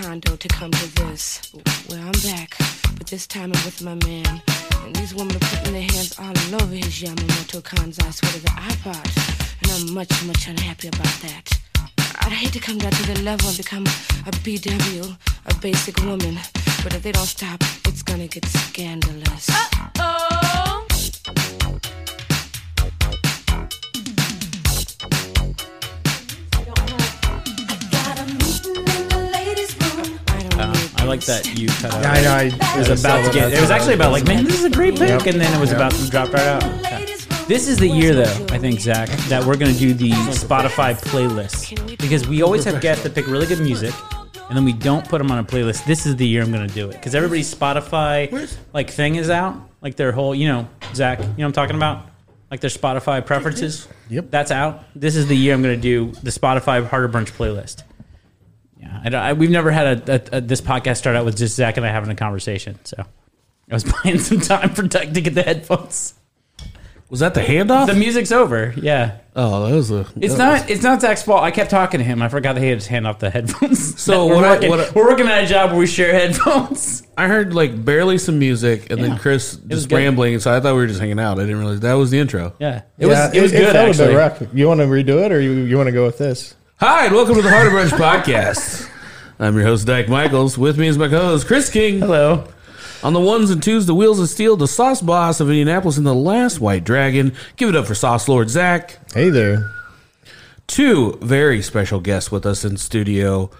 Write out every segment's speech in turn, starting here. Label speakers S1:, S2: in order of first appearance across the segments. S1: condo to come to this. Well, I'm back, but this time I'm with my man. And these women are putting their hands all over his Yamamoto Kanzai sweater, the iPod. And I'm much, much unhappy about that. I'd hate to come down to the level and become a BW, a basic woman. But if they don't stop, it's gonna get scandalous.
S2: Oh,
S1: I don't
S3: Uh,
S1: need
S3: I like
S1: this.
S3: that you cut out.
S4: I know. I
S3: It was about to get. It was actually about like, man, this is a great pick,
S4: Yep.
S3: and then it was
S4: Yep.
S3: about to drop right out. This is the year, though, I think, Zach, that we're going to do the Spotify playlist. Because we always have guests that pick really good music, and then we don't put them on a playlist. This is the year I'm going to do it. Because everybody's Spotify, like, thing is out. Like, their whole, you know, Zach, you know what I'm talking about? Like, their Spotify preferences.
S4: Yep.
S3: That's out. This is the year I'm going to do the Spotify Harder Brunch playlist. Yeah. I, don't- I, we've never had a, a, a, this podcast start out with just Zach and I having a conversation. So I was buying some time for Doug to get the headphones.
S5: Was that the handoff?
S3: The music's over. Yeah.
S5: oh, that was a.
S3: It's not. It's not Zach's fault. I kept talking to him. I forgot that he had his hand off the headphones.
S5: So
S3: we're,
S5: what I-
S3: working,
S5: what I-
S3: we're working at a job where we share headphones.
S5: I heard like barely some music, and
S3: Yeah.
S5: then Chris
S3: was
S5: just
S3: good.
S5: rambling. So I thought we were just hanging out. I didn't realize that was the intro.
S3: Yeah, it was. It was good
S4: felt
S3: actually.
S4: A bit rough. You want to redo it, or you, you want to go with this?
S5: Hi, and welcome to the Heart of Brunch podcast. I'm your host Dyke Michaels. With me is my co-host Chris King.
S3: Hello.
S5: On the ones and twos, the wheels of steel, the sauce boss of Indianapolis, and the last white dragon. Give it up for Sauce Lord Zach.
S4: Hey there.
S5: Two very special guests with us in studio,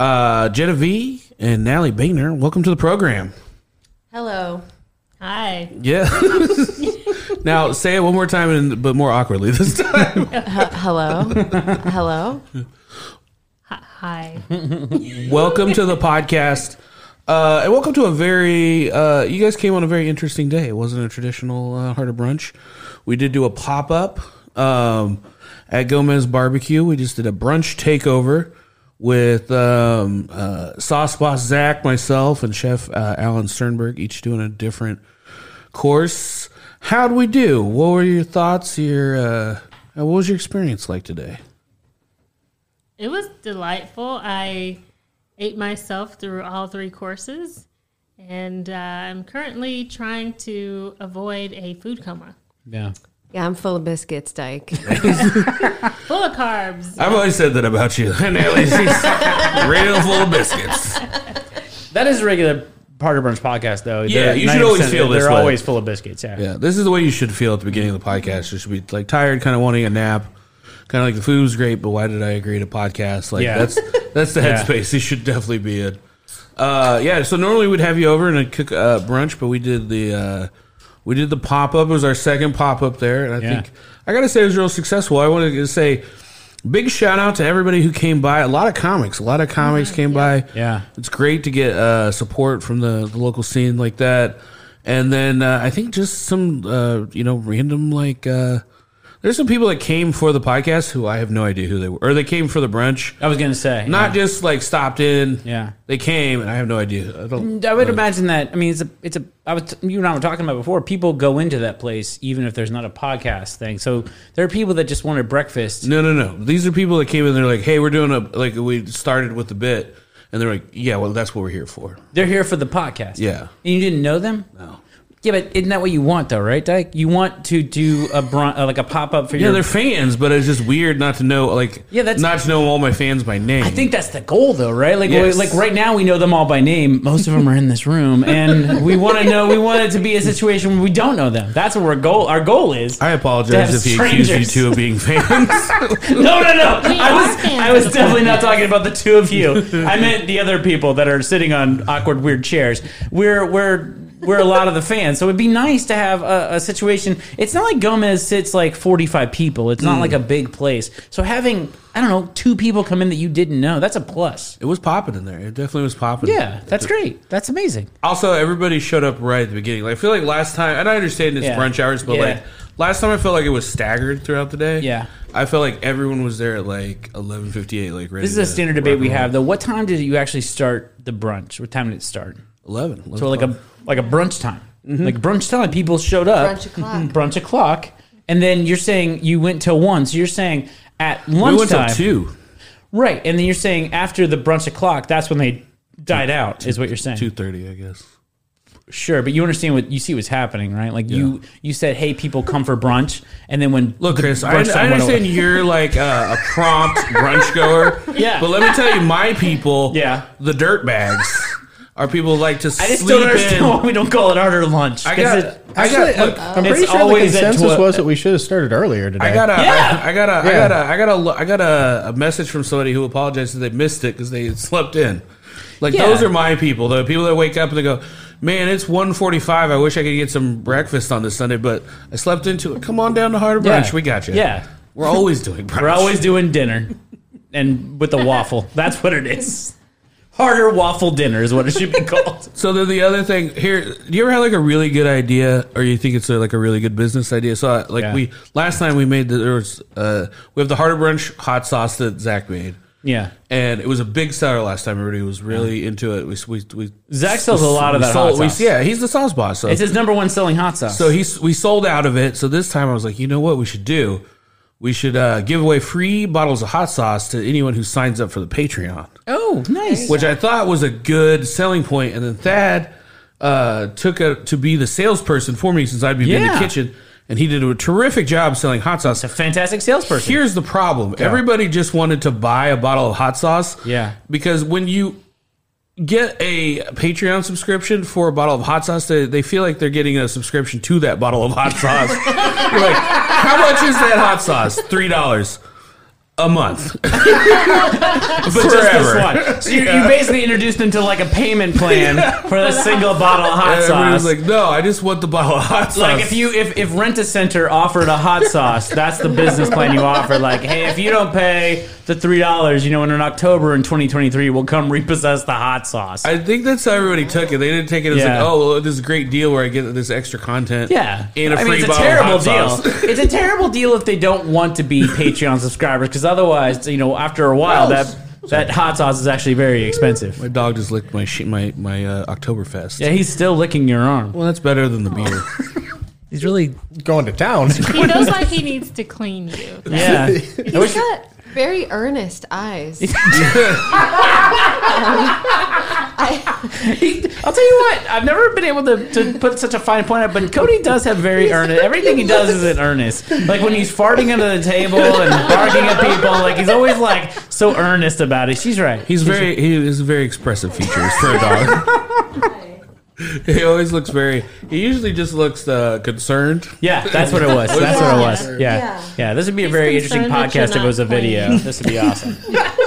S5: uh, Jenna V and Natalie Boehner. Welcome to the program.
S2: hello. Hi.
S5: Yeah. now say it one more time, and, but more awkwardly this time.
S2: Uh, Hello. hello. Hi.
S5: welcome to the podcast. Uh, and welcome to a very, uh, you guys came on a very interesting day. It wasn't a traditional uh, Heart of Brunch. We did do a pop up um, at Gomez Barbecue. We just did a brunch takeover with um, uh, Sauce Boss Zach, myself, and Chef uh, Alan Sternberg, each doing a different course. How'd we do? What were your thoughts? Your uh, What was your experience like today?
S6: It was delightful. I ate myself through all three courses, and uh, I'm currently trying to avoid a food coma.
S3: Yeah.
S2: Yeah, I'm full of biscuits, Dyke.
S6: Full of carbs.
S5: I've always said that about you. Nelly, she's real full of biscuits.
S3: That is a regular Parter Burns podcast, though.
S5: Yeah,
S3: They're
S5: you should always
S3: 90%
S5: feel
S3: They're
S5: this way.
S3: always full of biscuits. Yeah.
S5: Yeah, this is the way you should feel at the beginning of the podcast. You should be like tired, kind of wanting a nap, kind of like the food was great, but why did I agree to podcast? Like
S3: Yeah.
S5: that's that's the
S3: Yeah.
S5: headspace you should definitely be in. Uh, yeah, so normally we'd have you over and I'd cook uh, brunch, but we did the uh, we did the pop up. It was our second pop up there, and I
S3: Yeah.
S5: think I gotta say it was real successful. I wanted to say. Big shout out to everybody who came by. A lot of comics. A lot of comics came by.
S3: Yeah.
S5: It's great to get uh, support from the, the local scene like that. And then uh, I think just some, uh, you know, random like, uh, there's some people that came for the podcast who I have no idea who they were. Or they came for the brunch.
S3: I was gonna say
S5: Not just like stopped in.
S3: Yeah.
S5: They came and I have no idea. I don't.
S3: I would imagine that. I mean, it's a, it's a. I was you and I were talking about before. People go into that place even if there's not a podcast thing. So there are people that just wanted breakfast.
S5: No, no, no. These are people that came in. They're like, hey, we're doing a, like, we started with the bit. And they're like, yeah, well, that's what we're here for.
S3: They're here for the podcast.
S5: Yeah.
S3: and you didn't know them.
S5: No.
S3: Yeah, but isn't that what you want though, right, Dyke? You want to do a bron- uh, like a pop up for
S5: Yeah,
S3: your.
S5: they're fans, but it's just weird not to know, like,
S3: Yeah, that's-
S5: not to know all my fans by name.
S3: I think that's the goal, though, right? Like,
S5: Yes.
S3: like right now we know them all by name. Most of them are in this room, and we want to know. We want it to be a situation where we don't know them. That's what our goal. Our goal is.
S5: I apologize
S3: To have
S5: if he accused you
S3: strangers.
S5: two of being fans.
S3: No, no, no.
S6: We
S3: I
S6: are
S3: was,
S6: fans
S3: I was
S6: of the
S3: definitely not
S6: podcast.
S3: talking about the two of you. I meant the other people that are sitting on awkward, weird chairs. We're, we're, we're a lot of the fans, so it'd be nice to have a, a situation. It's not like Gomez sits like forty-five people. It's not like a big place. So having, I don't know, two people come in that you didn't know, that's a plus.
S5: it was popping in there. It definitely was popping.
S3: Yeah, that's great. That's amazing.
S5: Also, everybody showed up right at the beginning. Like, I feel like last time, and I understand it's
S3: Yeah.
S5: brunch hours, but
S3: Yeah.
S5: like last time, I felt like it was staggered throughout the day.
S3: Yeah.
S5: I felt like everyone was there at like eleven fifty eight. Like, ready
S3: This is a
S5: to
S3: standard
S5: rock
S3: debate
S5: and
S3: we
S5: roll.
S3: have, though. What time did you actually start the brunch? What time did it start?
S5: Eleven. 11
S3: So like a
S5: o'clock.
S3: like a brunch time,
S5: Mm-hmm.
S3: like brunch time. People showed up. Mm-hmm.
S2: Brunch o'clock.
S3: Brunch o'clock. And then you're saying you went till one. So you're saying at
S5: we went
S3: lunchtime,
S5: till two.
S3: right? And then you're saying after the brunch o'clock, that's when they died out is what you're saying.
S5: Two thirty, I guess.
S3: Sure, but you understand what you see what's happening, right? Like you you said, hey, people come for brunch, and then when
S5: Look,
S3: the
S5: Chris, I,
S3: brunch time
S5: I
S3: went
S5: understand
S3: away-
S5: you're like uh, a prompt brunch goer.
S3: Yeah.
S5: But let me tell you, my people,
S3: Yeah.
S5: the dirt bags, are people who like to
S3: I
S5: sleep
S3: just don't understand
S5: in.
S3: why we don't call it art or lunch.
S5: I
S3: 'cause
S5: got,
S3: it-
S5: I got, look,
S4: I'm pretty
S3: It's
S4: sure the
S3: always at
S4: consensus
S3: twe-
S4: was that we should have started earlier today.
S5: I got a,
S3: Yeah.
S5: I I got a, I
S4: Yeah.
S5: got a, I got a, lo- I got a, a message from somebody who apologized that they missed it because they slept in. Like
S3: Yeah.
S5: those are my people, the people that wake up and they go, "Man, it's 1.45. I wish I could get some breakfast on this Sunday, but I slept into it. Come on down to Harder
S3: Yeah.
S5: Brunch. We got you.
S3: Yeah.
S5: we're always doing brunch.
S3: We're always doing dinner, and with the waffle. That's what it is. Harder waffle dinner is what it should be called.
S5: So then the other thing here, do you ever have like a really good idea, or you think it's a, like a really good business idea? So uh, like
S3: Yeah.
S5: we last night we made the, there was uh, we have the Harder Brunch hot sauce that Zach made.
S3: Yeah.
S5: and it was a big seller last time. Everybody was really into it. We we, we
S3: Zach sells a lot of
S5: we
S3: that
S5: sold-
S3: hot
S5: we-
S3: sauce.
S5: yeah, he's the sauce boss. So
S3: It's his number one selling hot sauce.
S5: so he's we sold out of it. So this time I was like, you know what we should do? We should uh, give away free bottles of hot sauce to anyone who signs up for the Patreon,
S3: oh, nice.
S5: which I thought was a good selling point. And then Thad uh, took a, to be the salesperson for me since I'd be in
S3: Yeah.
S5: the kitchen, and he did a terrific job selling hot sauce.
S3: a fantastic salesperson.
S5: Here's the problem. Everybody just wanted to buy a bottle of hot sauce.
S3: Yeah.
S5: Because when you get a Patreon subscription for a bottle of hot sauce, they, they feel like they're getting a subscription to that bottle of hot sauce. You're like, how much is that hot sauce? Three dollars. A month, but
S3: But just this
S5: forever.
S3: one. So you, you basically introduced him to like a payment plan for a single bottle of hot
S5: And
S3: sauce.
S5: everybody's
S3: Like,
S5: like, no, I just want the bottle of hot sauce.
S3: if you if, if rent a center offered a hot sauce, that's the business plan you offer. Like, hey, if you don't pay the three dollars, you know, in October in 2023, we'll come repossess the hot sauce.
S5: I think that's how everybody took it. They didn't take it as
S3: Yeah.
S5: like, oh, well, this is a great deal where I get this extra content.
S3: yeah,
S5: and a
S3: I
S5: free
S3: mean, it's a
S5: bottle
S3: terrible
S5: of hot
S3: deal.
S5: sauce.
S3: it's a terrible deal if they don't want to be Patreon subscribers, because otherwise, you know, after a while,
S5: Well,
S3: that that hot sauce is actually very expensive.
S5: My dog just licked my sh- my my uh, Oktoberfest.
S3: Yeah, he's still licking your arm.
S5: Well, that's better than the beer.
S3: He's really
S4: going to town.
S6: He feels like he needs to clean you.
S3: yeah. I wish-
S2: He's got very earnest eyes.
S3: I'll tell you what, I've never been able to, to put such a fine point on it, but Cody does have very earnest. Everything he does is in earnest. Like when he's farting under the table and barking at people, like he's always like so earnest about it. She's right.
S5: He's very he has very expressive features for a dog. he always looks very. He usually just looks uh, concerned.
S3: Yeah, that's what it was. That's what it was. Yeah.
S2: Yeah.
S3: Yeah. This would be a
S6: He's
S3: very interesting
S6: concerned that you're
S3: podcast if it
S6: not
S3: was a video.
S6: playing.
S3: This would be awesome.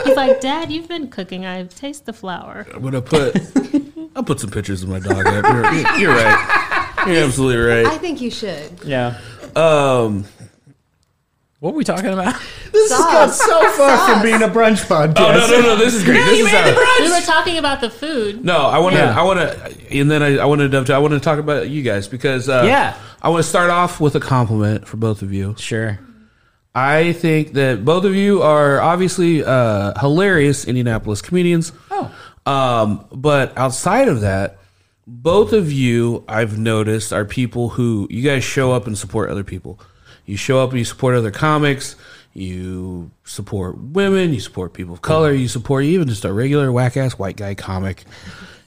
S6: He's like, Dad, you've been cooking. I taste the flour.
S5: I'm gonna put. I'll put some pictures of my dog. Up. You're, you're right. You're absolutely
S2: I
S5: right.
S2: think you should.
S3: Yeah.
S5: Um,
S3: What were we talking about?
S4: this has got so far from being a brunch podcast.
S5: oh no no no! This is great. this is how-
S6: We were talking about the food.
S5: No, I want to.
S3: Yeah.
S5: I want to, and then I, I want to dovetail. I want to talk about you guys because uh,
S3: Yeah.
S5: I want to start off with a compliment for both of you.
S3: Sure.
S5: I think that both of you are obviously uh, hilarious Indianapolis comedians.
S3: Oh.
S5: Um, but outside of that, both of you, I've noticed, are people who you guys show up and support other people. You show up and you support other comics. You support women. You support people of color. You support even just a regular whack ass white guy comic.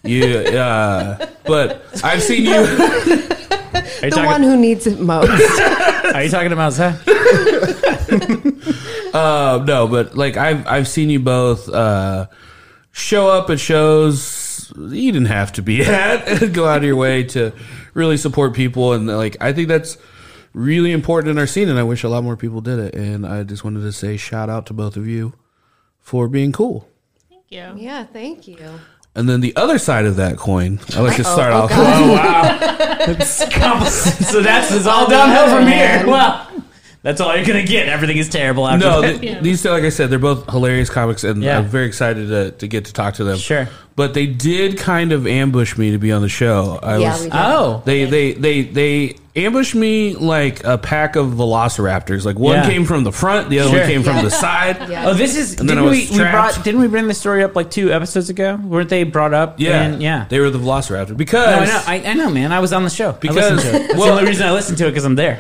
S5: You, uh, but I've seen you.
S3: Are you,
S2: The
S3: talking,
S2: one who needs it most.
S3: are you talking about Zach?
S5: Uh, no, but like I've I've seen you both uh, show up at shows you didn't have to be at, and go out of your way to really support people, and like I think that's really important in our scene, and I wish a lot more people did it. And I just wanted to say shout out to both of you for being cool.
S6: Thank you.
S2: yeah, thank you.
S5: And then the other side of that coin, I like to start
S2: oh
S5: off.
S3: so that's it's all downhill from here. Well, that's all you're gonna get. Everything is terrible after.
S5: No,
S3: that.
S5: th- these two, like I said, they're both hilarious comics, and
S3: Yeah.
S5: I'm very excited to, to get to talk to them.
S3: Sure.
S5: but they did kind of ambush me to be on the show. I
S2: Yeah,
S5: was,
S2: we did.
S3: oh,
S5: They they they they ambushed me like a pack of velociraptors. Like one
S3: Yeah.
S5: came from the front, the other
S3: Sure.
S5: one came from the side.
S2: Yeah.
S3: oh, this is.
S5: And then
S3: Didn't
S5: I was
S3: we, we
S5: trapped.
S3: brought, didn't we bring this story up like two episodes ago? Weren't they brought up?
S5: Yeah.
S3: and, yeah.
S5: They were the velociraptor
S3: no,
S5: because
S3: I know. I, I know, man. I was on the show. I
S5: Because-
S3: listened to it. That's
S5: well-
S3: the only reason I listened to it because I'm there.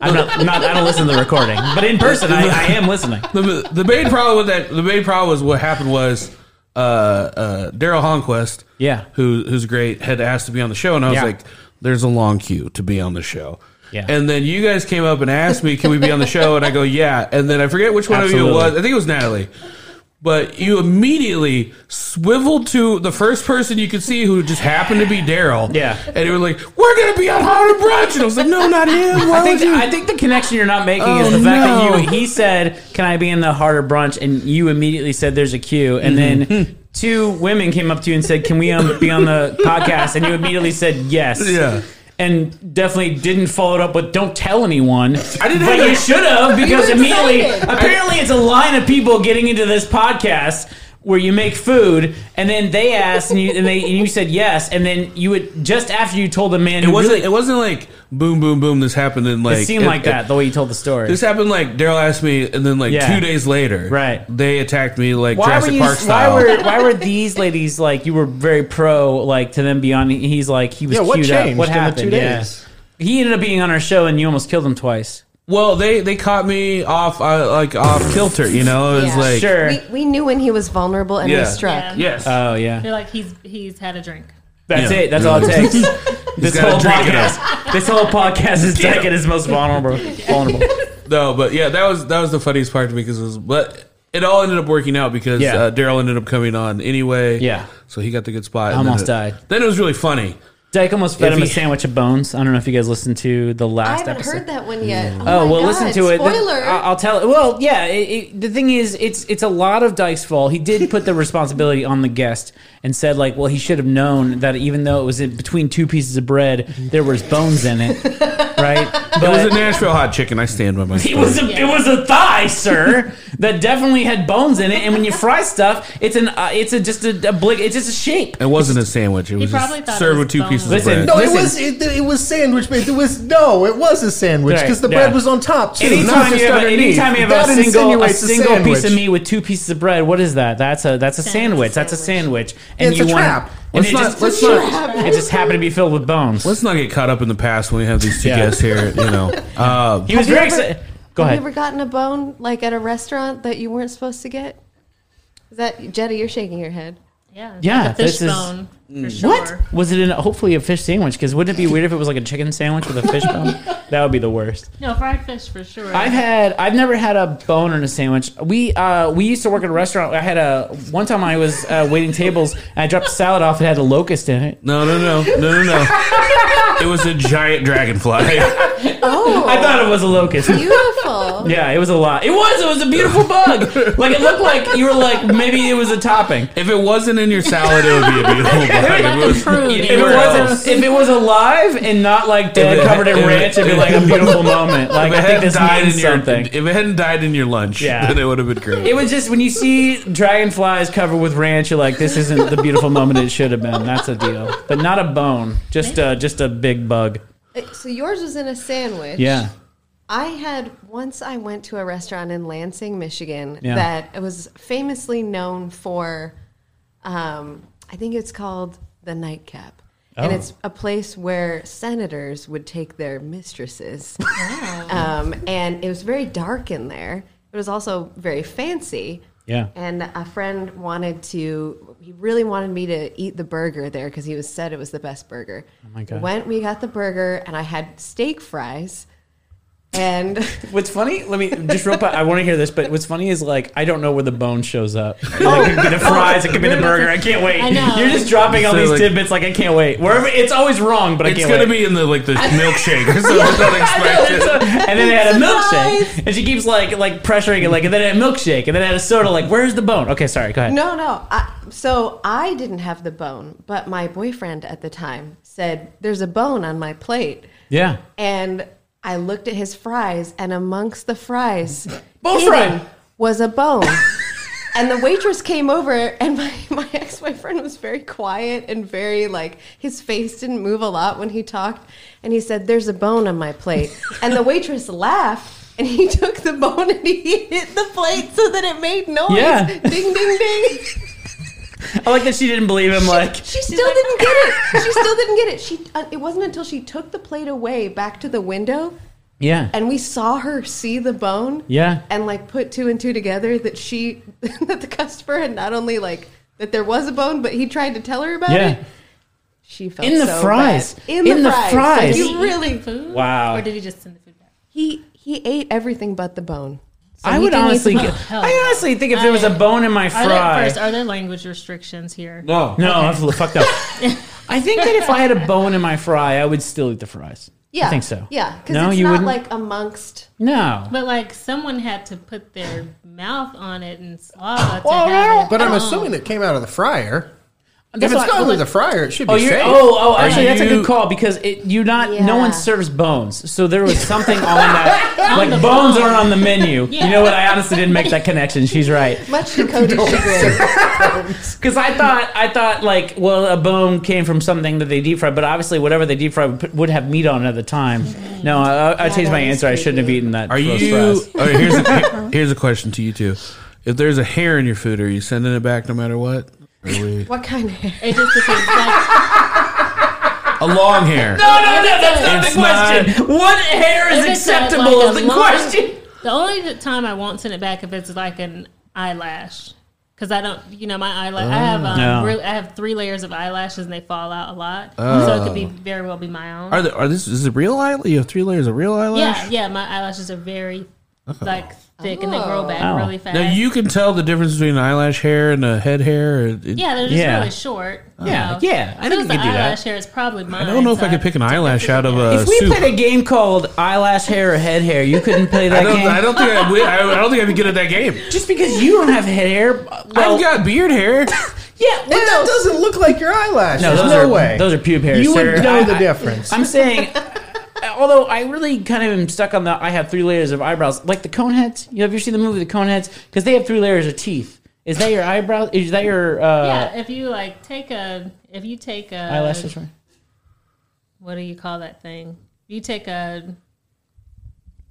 S3: I'm not, I'm not. I don't listen to the recording, but in person, I, I am listening.
S5: the, the main problem with that the main problem was what happened was uh, uh, Daryl Honquist,
S3: Yeah.
S5: who who's great, had asked to be on the show, and I was
S3: Yeah.
S5: like, "There's a long queue to be on the show."
S3: Yeah.
S5: And then you guys came up and asked me, "Can we be on the show?" And I go, "Yeah." And then I forget which one of you it was. I
S3: Absolutely.
S5: think it was Natalie. But you immediately swiveled to the first person you could see who just happened to be Daryl.
S3: Yeah.
S5: And you were like, We're gonna be on Harder Brunch. And I was like, No, not him. Why
S3: I think
S5: would you?
S3: I think the connection you're not making
S5: Oh,
S3: is the fact
S5: no.
S3: that you he said, "Can I be in the harder brunch?" and you immediately said, "There's a queue," and
S5: Mm-hmm. Hmm.
S3: then two women came up to you and said, "Can we um, be on the podcast?" and you immediately said, "Yes."
S5: Yeah.
S3: And definitely didn't follow it up with "Don't tell anyone." I
S5: didn't
S3: but
S5: have
S3: you
S5: a-
S3: should have because
S2: were
S3: immediately,
S2: excited.
S3: apparently, it's a line of people getting into this podcast where you make food, and then they asked, and you and, they, and you said yes, and then you would just after you told the man,
S5: It
S3: who
S5: wasn't.
S3: really-
S5: it wasn't like boom, boom, boom. This happened in like.
S3: it seemed like that the way you told the story.
S5: this happened like Daryl asked me, and then like
S3: Yeah.
S5: two days later,
S3: Right.
S5: They attacked me like
S3: why were
S5: Jurassic
S3: you?
S5: Park
S3: why
S5: style.
S3: were why were these ladies like you were very pro like to them beyond? He's like he was
S4: Yeah, what
S3: queued up.
S4: changed
S3: What
S4: in the
S3: happened?
S4: two
S3: Yeah.
S4: days?
S3: He ended up being on our show, and you almost killed him twice.
S5: well, they they caught me off uh, like off kilter. You know, it was
S2: Yeah.
S5: like
S3: Sure.
S2: We, we knew when he was vulnerable and
S5: Yeah.
S2: we struck.
S6: Yeah.
S5: yes. Uh,
S3: Oh
S6: I
S3: yeah,
S6: feel like he's he's had a drink.
S3: that's
S5: Yeah.
S3: it. That's all it takes. this
S5: gotta
S3: whole
S5: drink it
S3: podcast. This whole podcast is Zach at his most vulnerable. Vulnerable.
S5: no, but yeah, that was that was the funniest part to me because it was but. It all ended up working out because
S3: Yeah.
S5: uh, Daryl ended up coming on anyway.
S3: Yeah.
S5: so he got the good spot. and
S3: Almost
S5: then it-
S3: died.
S5: Then it was really funny.
S3: Dyke almost fed
S5: If
S3: him a
S5: he-
S3: sandwich of bones. I don't know if you guys listened to the
S2: I
S3: last
S2: haven't
S3: episode.
S2: heard that one yet. Oh,
S3: Oh
S2: my
S3: well,
S2: God.
S3: listen to it. The-
S2: Spoiler.
S3: I- I'll tell it. Well, yeah. It, it, the thing is, it's it's a lot of Dyke's fault. He did put the responsibility on the guest and said like, well, he should have known that even though it was in between two pieces of bread, there was bones in it, right? But
S5: It was a Nashville hot chicken. I stand by my.
S3: it
S5: story.
S3: was a it was a thigh, sir, that definitely had bones in it. And when you fry stuff, it's an uh, it's a just a, a blig, it's just a shape.
S5: It wasn't a sandwich. It was
S6: probably
S5: just
S6: thought
S5: served
S6: it was
S5: with two
S6: bone.
S5: pieces
S3: Listen,
S5: of bread.
S4: No,
S3: Listen.
S4: it was it, it was sandwich made. It was no, it was a sandwich
S3: Right,
S4: because the
S3: yeah.
S4: bread was on top too. not
S3: Anytime
S4: just
S3: you, have a,
S4: underneath.
S3: anytime you have
S4: That
S3: a single, a
S4: insinuates
S3: single piece of
S4: sandwich.
S3: meat with two pieces of bread, what is that? That's a that's a sandwich.
S6: Sandwich.
S3: That's a sandwich. And
S4: It's
S3: you
S4: a
S3: want
S4: trap.
S3: and
S5: Let's
S3: it
S5: not-
S3: just,
S5: let's
S3: not. It just happened to be filled with bones.
S5: Let's not get caught up in the past when we have these two
S3: Yeah.
S5: guests here. You know, um,
S3: he was
S2: Have you
S3: very
S2: ever-
S3: excited. Go
S2: Have
S3: ahead.
S2: you ever gotten a bone like at a restaurant that you weren't supposed to get? Is that Jetty? You're shaking your head.
S6: Yeah, it's
S3: Yeah,
S6: like a fish
S3: this is- Mm.
S6: bone for sure.
S3: What was it in? Hopefully a fish sandwich. Because wouldn't it be weird if it was like a chicken sandwich with a fish bone? That would be the worst.
S6: No, fried fish for sure.
S3: I've had I've never had a bone in a sandwich. We uh, we used to work at a restaurant. I had a one time I was uh, waiting tables and I dropped a salad off. It had a locust in it.
S5: no, no, no, no, no, no. it was a giant dragonfly.
S2: Oh,
S3: I thought it was a locust.
S2: beautiful.
S3: Yeah, it was a lot. It was. It was a beautiful bug. Like it looked like you were like maybe it was a topping.
S5: If it wasn't in your salad, it would be a beautiful bug. If it
S3: If
S5: was-
S3: it
S5: Anywhere
S3: wasn't,
S5: else.
S3: if it was alive and not like dead,
S5: If it-
S3: covered in
S5: if it-
S3: ranch, it'd be like a beautiful moment. Like I
S5: if it
S3: think
S5: hadn't
S3: this
S5: died in
S3: means
S5: your,
S3: something.
S5: if it hadn't died in your lunch,
S3: Yeah.
S5: then it would have been great.
S3: it was just when you see dragonflies covered with ranch, you're like, this isn't the beautiful moment it should have been. That's a deal, but not a bone, just uh, just a big bug.
S2: Eh, So yours was in a sandwich.
S3: Yeah,
S2: I had once I went to a restaurant in Lansing, Michigan
S3: Yeah.
S2: that it was famously known for um, I think it's called the nightcap. And
S3: Oh.
S2: it's a place where senators would take their mistresses. Um, and it was very dark in there. It was also very fancy.
S3: yeah.
S2: And a friend wanted to, he really wanted me to eat the burger there because he was said it was the best burger. Oh
S3: my God.
S2: Went, we got the burger, and I had steak fries. And
S3: What's funny? Let me just real. quick, I want to hear this, but what's funny is like I don't know where the bone shows up. Like, it could be the fries, it could be the burger. I can't wait.
S6: I know.
S3: You're just dropping all
S5: So,
S3: these
S5: like-
S3: tidbits. Like I can't wait. Wherever it's always wrong, but I
S5: it's
S3: can't
S5: gonna
S3: wait.
S5: be in the like the milkshake or something. Don't expect it.
S3: and then it had a
S2: Surprise!
S3: milkshake, and she keeps like like pressuring it. Like and then it had a milkshake, and then it had a soda. Like where's the bone? Okay, sorry. Go ahead.
S2: no, no. I, so I didn't have the bone, but my boyfriend at the time said, There's a bone on my plate.
S3: Yeah.
S2: And I looked at his fries, and amongst the fries,
S3: Bone
S2: hidden
S3: fry.
S2: was a bone. and the waitress came over, and my, my ex boyfriend was very quiet and very like his face didn't move a lot when he talked. And he said, "There's a bone on my plate," and the waitress laughed. And he took the bone and he hit the plate so that it made noise.
S3: Yeah.
S2: Ding, ding, ding.
S3: I like that she didn't believe him. Like
S2: She still didn't get it. She still didn't get it. She. Uh, it wasn't until she took the plate away back to the window
S3: yeah,
S2: and we saw her see the bone
S3: yeah.
S2: and like put two and two together that she that the customer had not only like that there was a bone, but he tried to tell her about it.
S3: Yeah.
S2: She felt
S3: In the
S2: so
S3: fries.
S2: bad. In, the,
S3: In the
S2: fries.
S3: fries.
S2: Like,
S6: Did
S2: you
S6: he eat
S2: really
S6: the food?
S3: Wow.
S6: Or did he just send the food back?
S2: he he ate everything but the bone. So
S3: I
S2: he
S3: would
S2: didn't eat
S3: honestly,
S2: the
S3: g-
S2: bone.
S3: I honestly think if there was a bone in my
S6: Are there,
S3: fry,
S6: first, are there language restrictions here?
S5: No.
S3: no, that's a little fucked up. I think that if I had a bone in my fry, I would still eat the fries.
S2: Yeah,
S3: I think so.
S2: Yeah, because
S3: No,
S2: it's
S3: you
S2: not
S3: wouldn't.
S2: like amongst.
S3: no.
S6: But like someone had to put their mouth on it and swallow it. To
S5: Oh,
S3: Well,
S6: have it
S4: But I'm
S6: on.
S4: assuming it came out of the fryer.
S3: That's
S4: if
S3: why-
S4: it's gone
S3: well,
S4: through the fryer, it should be
S3: Oh, you're,
S4: safe.
S3: oh, oh! Actually, that's a
S5: you-
S3: good call because it, you're not. No
S2: Yeah.
S3: one serves bones, so there was something on that. like
S6: the
S3: bones
S6: bone.
S3: aren't on the menu.
S6: Yeah.
S3: You know what? I honestly didn't make that connection. She's right
S2: Much to Cody's chagrin.
S3: because I thought I thought like, well, a bone came from something that they deep fried, but obviously whatever they deep fried would, put- would have meat on it at the time. No, I, I, I changed my
S2: Mm-hmm. that is
S3: answer. I shouldn't have
S2: creepy.
S3: eaten that.
S5: Are
S3: roast
S5: you?
S3: fries.
S5: all right, here's, a, here's a question to you two. If there's a hair in your food, are you sending it back no matter what? Or are we-
S2: What kind of hair?
S6: It just depends. Like,
S5: a long hair.
S3: No, no, no, that's not
S5: It's
S3: the question. what hair is
S6: if it's a-
S3: acceptable
S6: like a
S3: is the
S6: long-
S3: question.
S6: The only time I won't send it back if it's like an eyelash, because I don't, you know, my eyelash. I have um,
S3: No.
S6: really, I have three layers of eyelashes and they fall out a lot, so it could be
S3: Oh.
S6: very well be my own.
S5: Are there, are this is it real eyelash? You have three layers of real eyelash. Uh-huh.
S6: yeah, yeah, my eyelashes are very like thick and they grow back
S3: Oh.
S6: really fast.
S5: Now you can tell the difference between eyelash hair and a head hair. It- it-
S6: yeah, they're just
S3: Yeah.
S6: really short. you
S3: Yeah,
S6: know.
S3: yeah, I
S6: As
S3: think
S6: soon
S3: you
S6: as
S3: could
S6: the
S3: do that.
S6: eyelash hair is probably mine.
S5: I don't know if
S6: so
S5: I could pick an eyelash out of
S3: If
S5: a
S3: we
S5: soup.
S3: played a game called eyelash hair or head hair, you couldn't play that
S5: I don't,
S3: game.
S5: I don't think I, would, I, I don't think I'd be good at that game.
S3: Just because you don't have head hair, uh, well,
S5: I've got beard hair.
S3: yeah,
S4: And that
S3: well,
S4: doesn't look like your eyelashes.
S3: no, those
S4: no
S3: are
S4: way.
S3: those are pube hairs.
S4: you
S3: sir.
S4: would know
S3: I-
S4: the
S3: I-
S4: difference.
S3: I'm saying, although I really kind of am stuck on the I have three layers of eyebrows, like the Coneheads. You know, have you seen the movie The Coneheads? Because they have three layers of teeth. Is that your eyebrow? Is that your uh,
S6: Yeah, uh, if you like take a, if you take a
S3: eyelashes? Right?
S6: What do you call that thing? You take a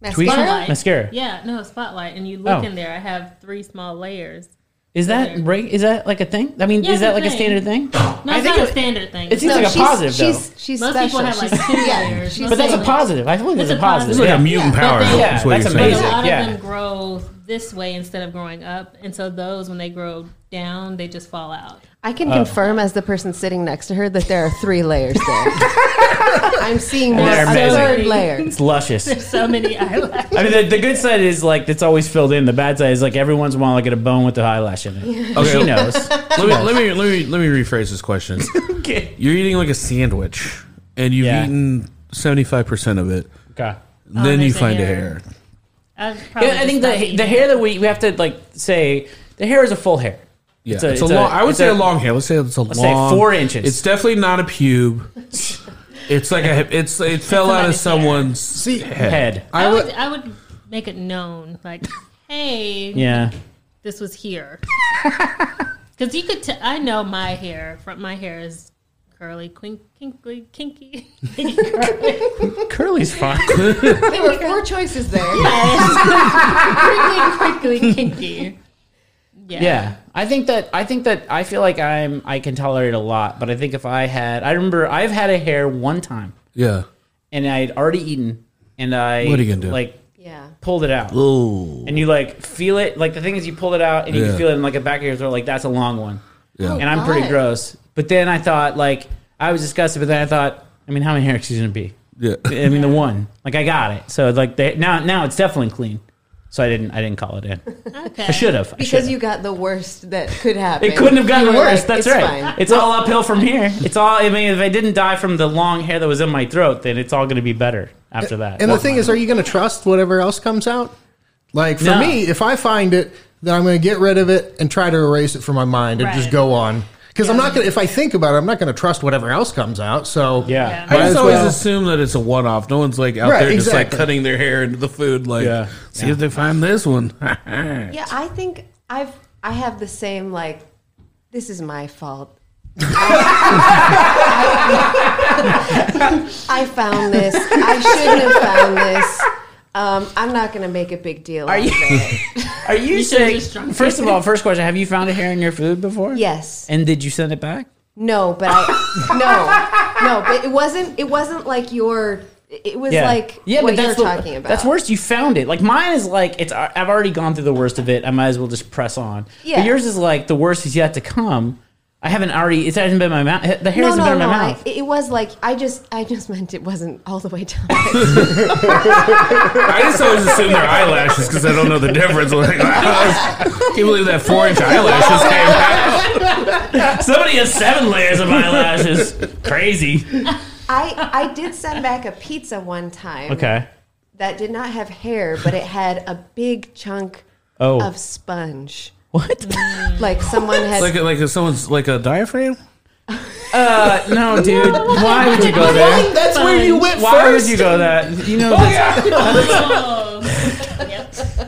S2: Mascara?
S6: spotlight.
S3: Mascara.
S6: Yeah, no, a spotlight, and you look
S3: Oh.
S6: in there. I have three small layers.
S3: Is that right? Is that like a thing? I mean,
S6: Yeah,
S3: is
S6: it's
S3: that
S6: a
S3: like a
S6: thing.
S3: standard thing?
S6: No,
S3: I
S6: it's
S3: think
S6: not a
S3: it-
S6: standard thing.
S3: It seems like a
S2: she's,
S3: positive
S2: she's,
S3: though.
S2: she's
S6: Most
S2: special.
S6: people have like
S2: She's-
S6: two
S2: yeah,
S6: layers.
S2: she's-
S3: But that's a
S6: Absolutely.
S3: positive. I feel like that's a
S6: It's a positive.
S3: positive.
S5: It's like
S3: yeah.
S5: a mutant power.
S6: Yeah,
S5: that's what
S3: that's
S5: you're
S6: But a
S5: saying.
S3: amazing.
S6: lot
S3: Yeah.
S6: of them grow this way instead of growing up, and so those when they grow down, they just fall out.
S2: I can
S3: Oh.
S2: confirm as the person sitting next to her that there are three layers there. I'm seeing more,
S3: They're
S2: a
S3: amazing.
S2: third layer.
S3: It's luscious.
S6: So many eyelashes.
S3: I mean, the, the good side is like it's always filled in. The bad side is like every once in a while I get a bone with the eyelash in it.
S5: Okay.
S3: She knows.
S5: Let me, let me let me let me rephrase this question.
S3: okay.
S5: You're eating like a sandwich, and you've
S3: Yeah.
S5: eaten seventy five percent of it.
S6: Oh,
S5: then you
S6: there's a
S5: find a
S6: hair.
S5: hair.
S6: I
S3: I think the the hair that we, we have to like say the hair is a full hair.
S5: Yeah,
S3: It's
S5: it's
S3: a-
S5: a,
S3: it's a-
S5: long. I would
S3: it's
S5: say
S3: a-
S5: a, long hair. Let's say it's a long.
S3: say four inches.
S5: It's definitely not a pube. It's like a. It's it fell out of
S6: Somebody's hair.
S5: someone's
S4: See,
S3: Head.
S6: I
S4: I
S6: would
S4: would.
S6: I would make it known like, hey,
S3: Yeah.
S6: this was here. Because you could, t- I know my hair. From my hair is curly, quink, kinkly, kinky.
S3: Curly's fine.
S2: There were four choices there.
S6: crinkly, crinkly, kinky. Yeah.
S3: yeah. I think that I think that I feel like I'm I can tolerate a lot, but I think if I had I remember I've had a hair one time
S5: Yeah.
S3: and I had already eaten and I
S5: What are you gonna do?
S3: like
S2: Yeah.
S3: pulled it out.
S5: Oh.
S3: And you like feel it like the thing is you pull it out and you can
S5: Yeah.
S3: feel it in like the back of your throat, like that's a long one.
S5: Yeah.
S2: Oh,
S3: and I'm pretty
S2: God.
S3: gross. But then I thought, like, I was disgusted, but then I thought, I mean, how many hair excuse gonna be?
S5: Yeah.
S3: I mean, the one. Like, I got it. So like, they, now now it's definitely clean. So I didn't I didn't call it in.
S6: Okay.
S3: I should have. I
S2: Because
S3: should've.
S2: you got the worst that could happen.
S3: It couldn't have
S2: You
S3: gotten
S2: were
S3: worse.
S2: like,
S3: That's
S2: it's
S3: right.
S2: fine.
S3: It's all uphill from here. It's all. I mean, if I didn't die from the long hair that was in my throat, then it's all going to be better after that.
S4: And the
S3: That's
S4: thing
S3: mine.
S4: is, are you going to trust whatever else comes out? Like for
S3: No.
S4: me, if I find it, then I'm going to get rid of it and try to erase it from my mind and just
S6: Right.
S4: go on. Because I'm not going. to If I think about it, I'm not going to trust whatever else comes out. So
S3: yeah.
S6: Yeah.
S5: I
S4: Might
S5: just
S4: as
S5: always
S4: well.
S5: assume that it's a one off. No one's like out
S4: Right,
S5: there just like
S4: exactly.
S5: cutting their hair into the food. Like,
S3: Yeah.
S5: see if they find this one.
S2: Yeah, I think I've I have the same like this is my fault. I found this. I shouldn't have found this. Um, I'm not gonna make a big deal. Are
S3: you- Are you,
S6: should've
S3: saying?
S6: just drunk it.
S3: First of all, first question: Have you found a hair in your food before?
S2: Yes.
S3: And did you send it back?
S2: No, but I no no. But it wasn't. It wasn't like your It was like what you're
S3: the-
S2: talking about.
S3: That's worse. You found it. Like mine is like it's. I've already gone through the worst of it. I might as well just press on.
S2: Yeah.
S3: But yours is like the worst is yet to come. I haven't already. It hasn't been in my mouth. The hair
S2: No,
S3: hasn't
S2: no,
S3: been
S2: no.
S3: in my
S2: I-
S3: mouth.
S2: it was like I just, I just meant it wasn't all the way down.
S5: I just always assume they're eyelashes because I don't know the difference. Like, wow, can't believe that four inch eyelashes came out.
S3: Somebody has seven layers of eyelashes. Crazy.
S2: I, I did send back a pizza one time.
S3: Okay.
S2: That did not have hair, but it had a big chunk
S3: Oh.
S2: of sponge.
S3: what?
S2: Like someone had.
S5: Like, a- like a, someone's like a diaphragm.
S3: Uh, no, dude. Why would you go there?
S4: That's where you went Oh,
S3: Why would you go that? You know.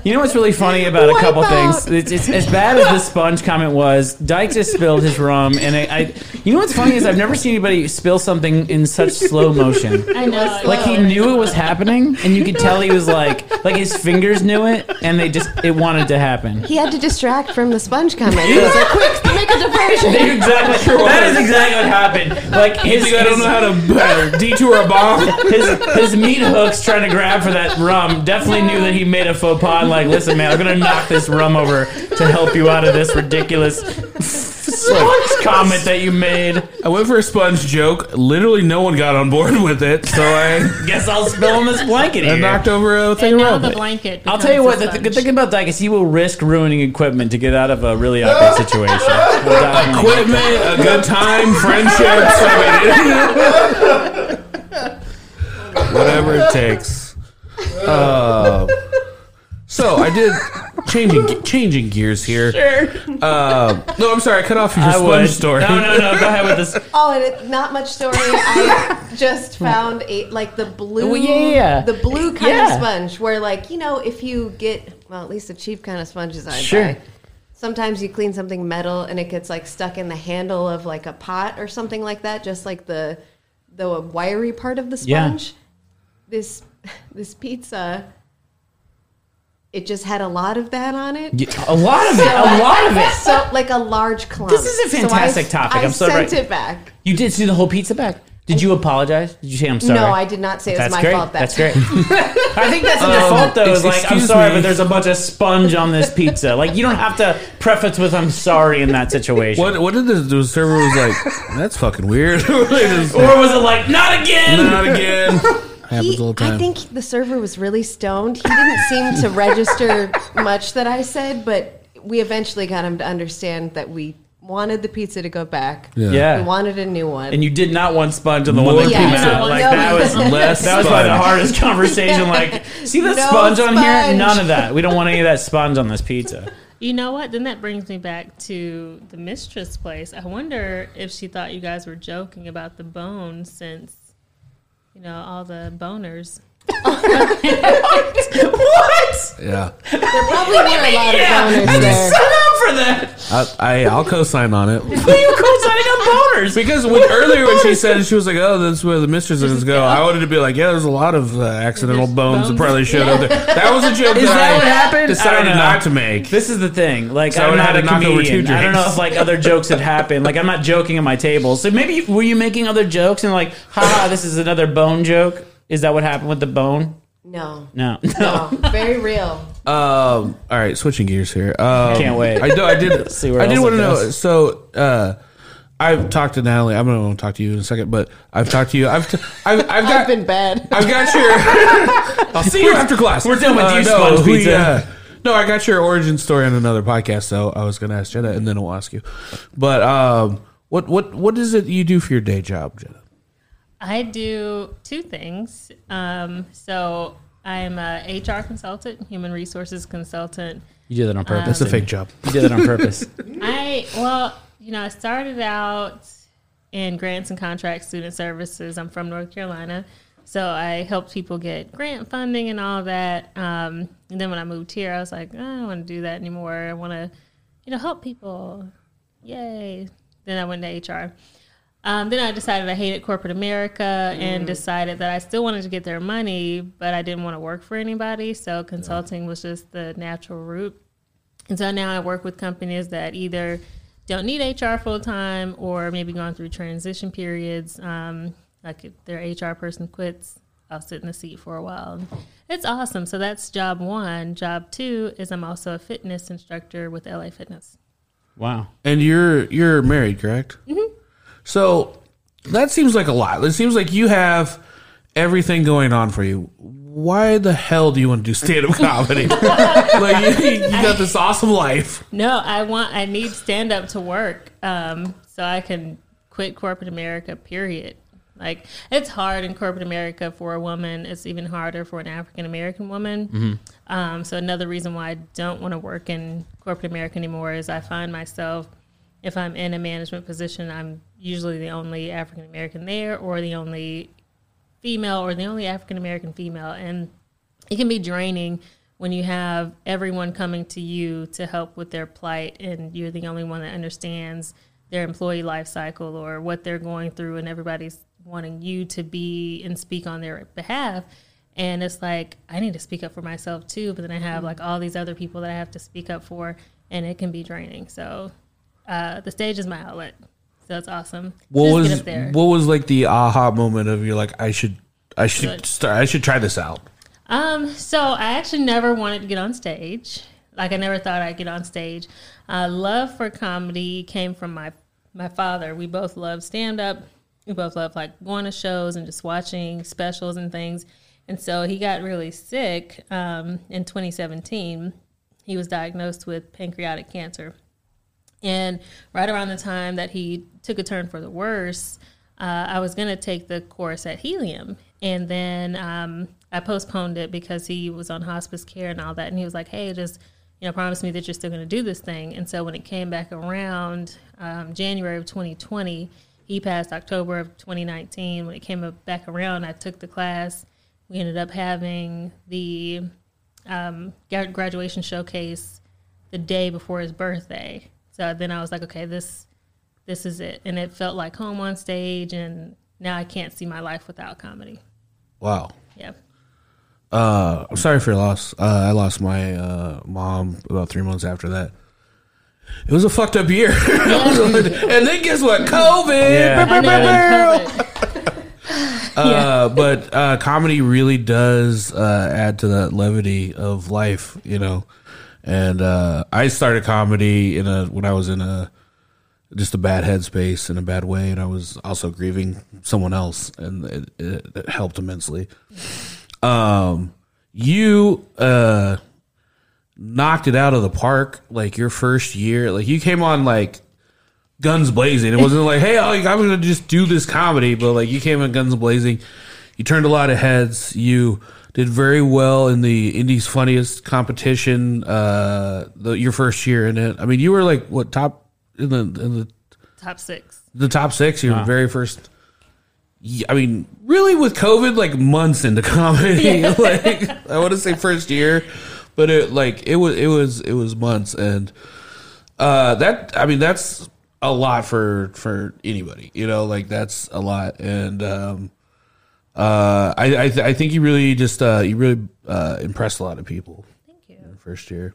S3: You know what's really funny about a couple
S2: Wipeout.
S3: things? It's, it's as bad as the sponge comment was. Dyke just spilled his rum, and I, I. You know what's funny is I've never seen anybody spill something in such slow motion.
S6: I know.
S3: Like he knew it was happening, and you could tell he was like, like his fingers knew it, and they just it wanted to happen.
S2: he had to distract from the sponge comment. He was like, quick, make a diversion.
S3: Exactly. That is exactly what happened. Like his,
S5: I don't
S3: his-
S5: know how to uh, detour a bomb.
S3: his his meat hooks trying to grab for that rum definitely knew that he made a faux pas and like listen man i'm gonna knock this rum over to help you out of this ridiculous comment that you made
S5: I went for a sponge joke. Literally, no one got on board with it, so I,
S3: guess i'll spill him this blanket
S5: I
S3: here
S5: knocked over a thing
S6: And
S5: of
S6: now the
S5: rabbit.
S6: blanket.
S3: I'll tell you what.
S6: becomes a
S3: The th- good
S6: sponge.
S3: thing about Dyke is he will risk ruining equipment to get out of a really awkward situation. We'll definitely-
S5: equipment, a good time, friendships, I mean, whatever it takes. Uh, so I did changing changing gears here. Uh, no, I'm sorry, I cut off your
S3: I
S5: sponge
S3: would.
S5: story.
S3: No, no, no. Go ahead with this.
S2: Oh, and it, not much story. I just found a like the blue,
S3: Well, yeah, yeah, yeah.
S2: the blue kind
S3: Yeah.
S2: of sponge, where like you know, if you get well, at least the cheap kind of sponges I
S3: Sure.
S2: buy. Sometimes you clean something metal and it gets like stuck in the handle of like a pot or something like that, just like the the wiry part of the
S3: Yeah.
S2: sponge. This this pizza, it just had a lot of that on it.
S3: A lot of it. A lot of it.
S2: So like a large clump.
S3: This is a
S2: So I-
S3: fantastic topic.
S2: I
S3: I'm so
S2: sent
S3: right.
S2: it back.
S3: You did see the whole pizza back. Did you apologize? Did you say I'm sorry?
S2: No, I did not say it was
S3: That's
S2: my
S3: great.
S2: fault. That
S3: That's
S2: time.
S3: great. Um, I think that's a default though. Is like I'm
S5: excuse
S3: sorry,
S5: me.
S3: but there's a bunch of sponge on this pizza. Like you don't have to preface with I'm sorry in that situation.
S5: What what did the, the server was like? That's fucking weird. Just,
S3: Or was it like not again?
S5: not again.
S2: He-
S5: Happens all the time.
S2: I think the server was really stoned. He didn't seem to register much that I said, but we eventually got him to understand that we wanted the pizza to go back. We
S3: Yeah.
S2: wanted a new one.
S3: And you did not want sponge on the one that
S2: Yeah.
S3: came
S2: No,
S3: out. Like
S2: no.
S3: that was
S5: Less
S3: that was probably the
S5: sponge.
S3: hardest conversation. Like, see the
S2: No
S3: sponge on here?
S2: sponge.
S3: None of that. We don't want any of that sponge on this pizza.
S6: You know what? Then that brings me back to the mistress place. I wonder if she thought you guys were joking about the bone since, you know, all the boners.
S3: what?
S5: Yeah,
S2: there probably were a lot of boners there.
S3: Sign up for that.
S5: I, I I'll co-sign on it.
S3: Who you call signing up boners?
S5: Because when, earlier when she said she was like, "Oh, that's where the mistresses go," I wanted to be like, "Yeah, there's a lot of uh, accidental
S6: There's
S5: bones, that
S6: bones.
S5: probably showed up there." That was a joke.
S3: Is that
S5: I
S3: what happened? I
S5: Decided
S3: don't know.
S5: not to make.
S3: This is the thing. Like
S5: So I
S3: I'm
S5: would've
S3: not
S5: had
S3: a
S5: to knock over two
S3: comedian. I don't know
S5: drinks.
S3: if like other jokes had happened. Like I'm not joking at my table. So maybe were you making other jokes and like, haha, this is another bone joke? Is that what happened with the bone?
S2: No.
S3: No.
S2: No. Very real.
S5: Um, all right, switching gears here. Um,
S3: Can't wait.
S5: I know. I did.
S3: See where
S5: I did
S3: else it
S5: want to know.
S3: goes.
S5: So uh, I've talked to Natalie. I'm going to talk to you in a second, but I've talked to you. I've t- I've, I've got.
S2: I've been bad.
S5: I've got your. I'll see you after class.
S3: We're done with you, sponge
S5: we,
S3: pizza.
S5: no, I got your origin story on another podcast, so I was going to ask Jenna, and then I'll ask you. But um, what what what is it you do for your day job, Jenna?
S6: I do two things. Um, so I'm a HR consultant, human resources consultant.
S3: You did that on purpose.
S5: That's a fake job.
S3: You did that on purpose.
S6: I well, you know, I started out in grants and contract student services. I'm from North Carolina, so I helped people get grant funding and all that. Um, and then when I moved here, I was like, "Oh, I don't want to do that anymore. I want to, you know, help people. Yay! Then I went to HR. Um, then I decided I hated corporate America and decided that I still wanted to get their money, but I didn't want to work for anybody. So consulting was just the natural route. And so now I work with companies that either don't need HR full time or maybe going through transition periods. Um, like if their HR person quits, I'll sit in the seat for a while. It's awesome. So that's job one. Job two is I'm also a fitness instructor with LA Fitness.
S3: Wow.
S5: And you're you're married, correct? Mm-hmm. So that seems like a lot. It seems like you have everything going on for you. Why the hell do you want to do stand up comedy? like you, you got this awesome life.
S6: No, I want I need stand up to work um, so I can quit corporate America. Period. Like it's hard in corporate America for a woman. It's even harder for an African American woman. Um, so another reason why I don't want to work in corporate America anymore is I find myself if I'm in a management position, I'm usually the only African American there or the only female or the only African American female. And it can be draining when you have everyone coming to you to help with their plight and you're the only one that understands their employee life cycle or what they're going through and everybody's wanting you to be and speak on their behalf and it's like i need to speak up for myself too but then i
S5: Mm-hmm.
S6: have like all these other people that i have to speak up for and it can be draining so uh, the stage is my outlet so that's awesome
S5: What
S6: Just
S5: was
S6: get up there.
S5: what was like the aha moment of you're like I should I should
S6: Good.
S5: start I should try this out.
S6: Um, so I actually never wanted to get on stage. Like I never thought I'd get on stage. Uh, love for comedy came from my my father. We both love stand up. We both love like going to shows and just watching specials and things. And so he got really sick um, in 2017. He was diagnosed with pancreatic cancer. And right around the time that he took a turn for the worse, uh, I was going to take the course at Helium. And then um, I postponed it because he was on hospice care and all that. And he was like, hey, just, you know, promise me that you're still going to do this thing. And so when it came back around um, January of 2020, he passed October of 2019. When it came up- back around, I took the class. We ended up having the um, gra- graduation showcase the day before his birthday. So then I was like, okay, this this is it. And it felt like home on stage and now I can't see my life without comedy.
S5: Wow.
S6: Yeah.
S5: Uh, I'm sorry for your loss. Uh, I lost my uh, mom about three months after that. It was a fucked up year. and then guess what? COVID.
S6: And then COVID.
S5: Uh, but uh, comedy really does uh, add to that levity of life, you know. And uh, I started comedy in a when I was in a just a bad headspace in a bad way, and I was also grieving someone else, and it, it, it helped immensely. Um, you uh, knocked it out of the park like your first year. Like you came on like guns blazing. It wasn't like, hey, oh, I- I'm gonna just do this comedy, but like you came in guns blazing. You turned a lot of heads. You did very well in the Indies Funniest competition. Uh, the, your first year in it. I mean, you were like what top in the in the,
S6: Top six.
S5: the top six. Your very first. y- I mean, really, with COVID, like months into comedy, like I want to say first year, but it like it was it was it was months and uh that i mean that's a lot for for anybody you know like that's a lot and um uh i i, th- I think you really just uh you really uh impressed a lot of people
S6: Thank
S5: in
S6: you.
S5: the first year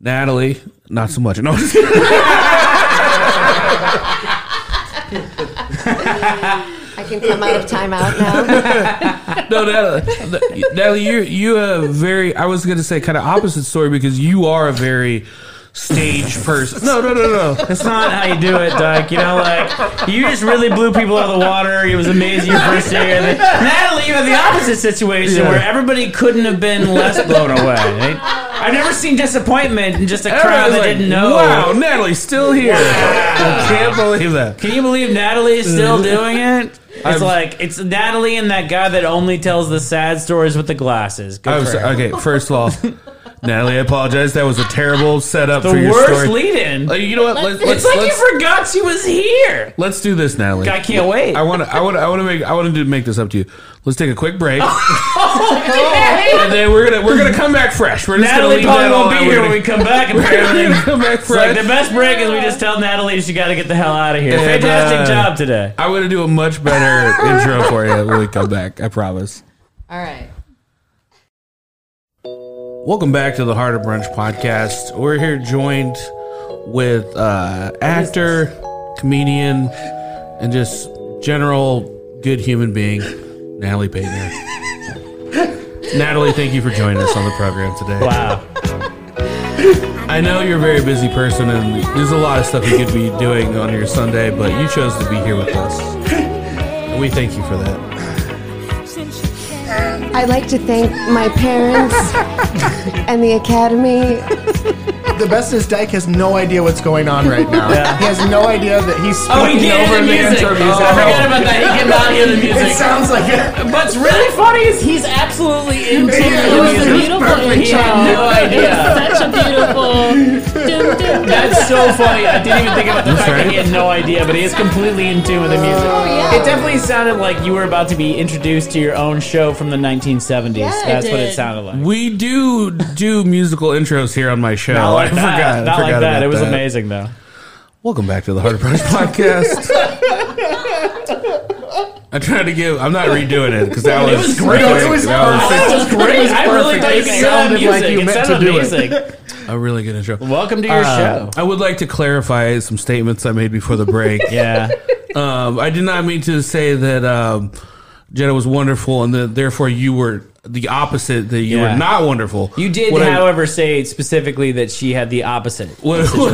S5: natalie not so much no
S2: I can come out of timeout now.
S5: no natalie natalie you you a very i was gonna say kind of opposite story because you are a very stage person no no no no
S3: That's not how you do it, Doc. You know, like you just really blew people out of the water. It was amazing your first year. And then, Natalie, you had the opposite situation
S5: Yeah.
S3: where everybody couldn't have been less blown away. right? I've never seen disappointment in just a crowd
S5: Everyone's
S3: that
S5: like,
S3: didn't know.
S5: wow natalie's still here i can't believe that
S3: Can you believe Natalie is still doing it? It's
S5: I've-
S3: like it's Natalie and that guy that only tells the sad stories with the glasses. Good
S5: I'm
S3: for
S5: sorry.
S3: her.
S5: Okay, first of all, Natalie, I apologize. That was a terrible setup for
S3: The
S5: your
S3: worst
S5: story.
S3: lead-in.
S5: Like, you know what? Let's
S3: it's
S5: let's
S3: like
S5: let's,
S3: you forgot she was here.
S5: let's do this, Natalie.
S3: I can't wait.
S5: I want to. I want. to. I want to make. I wanted to make this up to you. Let's take a quick break, and then we're gonna we're gonna come back fresh. We're just
S3: Natalie
S5: gonna leave
S3: probably
S5: that
S3: won't be
S5: all out.
S3: here
S5: We're
S3: when we come back. Apparently,
S5: gonna, we're gonna come back
S3: It's like
S5: fresh.
S3: the best break is we just tell Natalie she got to get the hell out of here.
S5: And,
S3: Fantastic
S5: uh,
S3: job today.
S5: I'm gonna do a much better intro for you when we come back. I promise.
S2: All right.
S5: Welcome back to the Heart of Brunch podcast. We're here joined with uh, actor, comedian, and just general good human being Natalie Payton. Natalie, thank you for joining us on the program today.
S3: Wow.
S5: I know you're a very busy person, and there's a lot of stuff you could be doing on your Sunday, but you chose to be here with us. And we thank you for that.
S2: I'd like to thank my parents and the academy.
S4: The best is Dyke has no idea what's going on right now. He has no idea that he's
S3: Oh, he
S4: speaking
S3: can't
S4: over
S3: hear the music. Oh,
S4: intro music.
S3: I forgot about that. He cannot hear the
S4: It
S3: music.
S4: sounds like it.
S3: What's really funny is he's absolutely into
S6: It
S3: the
S6: was
S3: music.
S6: a beautiful
S3: He
S6: intro.
S3: had no idea.
S6: Such a beautiful. dun, dun, dun.
S3: That's so funny. I didn't even think about the
S5: That's
S3: fact that he
S5: right.
S3: had no idea, but he is completely in tune with the music. It definitely sounded like you were about to be introduced to your own show from the 1970s.
S2: Yeah, it
S3: That's what it
S6: did.
S3: sounded like.
S5: We do do musical intros here on my show.
S3: Not like
S5: I
S3: that.
S5: forgot. I
S3: Not
S5: forgot
S3: like that.
S5: about
S3: it was amazing, though.
S5: Welcome back to the Hard Approach Podcast. I tried to give. I'm not redoing it because that was,
S3: great.
S5: that
S4: It was
S5: that
S4: perfect.
S3: That was great. I really
S4: perfect.
S3: thought you could hear that
S4: Sounded
S3: music.
S4: like you
S3: it
S4: meant to
S3: sounded
S4: do it.
S3: amazing.
S5: a really good intro.
S3: Welcome to your
S5: Um,
S3: show.
S5: I would like to clarify some statements I made before the break.
S3: Yeah.
S5: um, I did not mean to say that um, Jenna was wonderful and that therefore you were the opposite, that you
S3: Yeah.
S5: were not wonderful.
S3: You did,
S5: What I-
S3: however, say specifically that she had the opposite.
S5: what, what,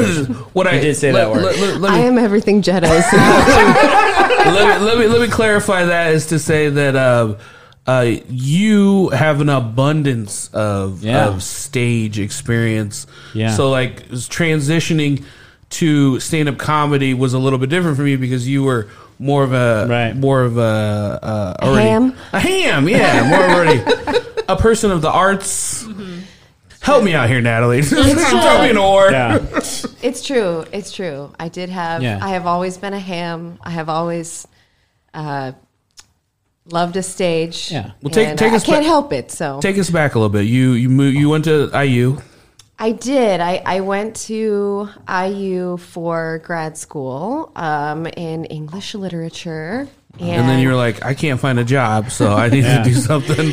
S5: what I
S3: You did say
S5: let-
S3: that word.
S5: Let, let- let
S2: I
S5: me,
S2: am everything Jetta is.
S5: let, me, let, me, let me clarify that is to say that uh, uh, you have an abundance of,
S3: Yeah.
S5: of stage experience.
S3: Yeah.
S5: So, like, transitioning to stand up comedy was a little bit different for me because you were. More of a
S3: Right.
S5: more of a, uh,
S2: A
S5: already-
S2: ham?
S5: a ham, yeah, more of already a person of the arts. Help me out here, Natalie. Throw me an oar.
S3: Yeah.
S2: It's true. It's true. I did have.
S3: Yeah.
S2: I have always been a ham. I have always uh, loved a stage.
S3: Yeah.
S5: Well, take-
S2: and
S5: take
S2: I,
S5: us
S2: can't
S5: back-
S2: help it. So
S5: Take us back a little bit. You you mo- you went to IU.
S2: I did. I, I went to IU for grad school um, in English literature. And,
S5: And then you're like, I can't find a job, so I need
S3: Yeah.
S5: to do something.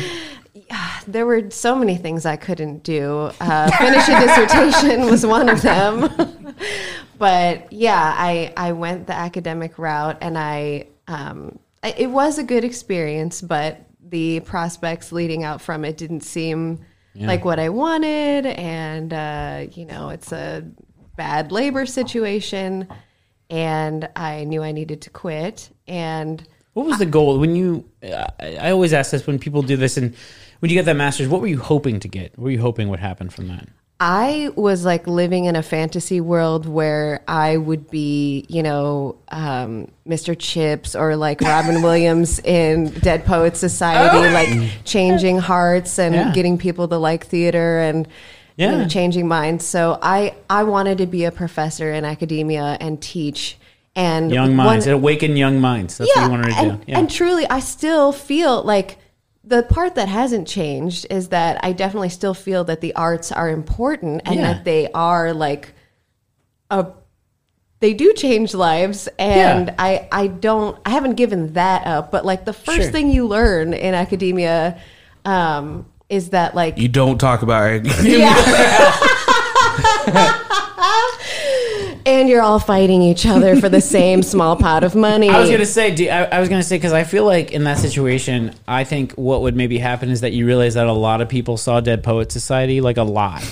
S2: there were so many things I couldn't do. Uh, finish a dissertation was one of them. but yeah, I, I went the academic route and I, um, I- it was a good experience, but the prospects leading out from it didn't seem like what I wanted. And, uh, you know, it's a bad labor situation. And I knew I needed to quit. And
S3: What was the goal when you? I, I always ask this when people do this, and when you got that master's, what were you hoping to get? What were you hoping would happen from that?
S2: I was like living in a fantasy world where I would be, you know, um, Mr. Chips or like Robin Williams in Dead Poets Society, like changing hearts and
S3: Oh. Yeah.
S2: getting people to like theater and you know,
S3: Yeah.
S2: changing minds. So I I wanted to be a professor in academia and teach. And
S3: Young
S2: one-
S3: minds, awaken young minds. That's what you wanted to
S2: and,
S3: do. Yeah.
S2: and truly, I still feel like the part that hasn't changed is that I definitely still feel that the arts are important and
S3: Yeah.
S2: that they are like a they do change lives and
S3: Yeah.
S2: I I don't I haven't given that up but like the first
S3: Sure.
S2: thing you learn in academia um is that like
S5: You don't talk about it.
S2: and you're all fighting each other for the same small pot of money
S3: I was gonna say, do, I, I was gonna say because I feel like in that situation, I think what would maybe happen is that you realize that a lot of people saw Dead Poet Society, like a lot,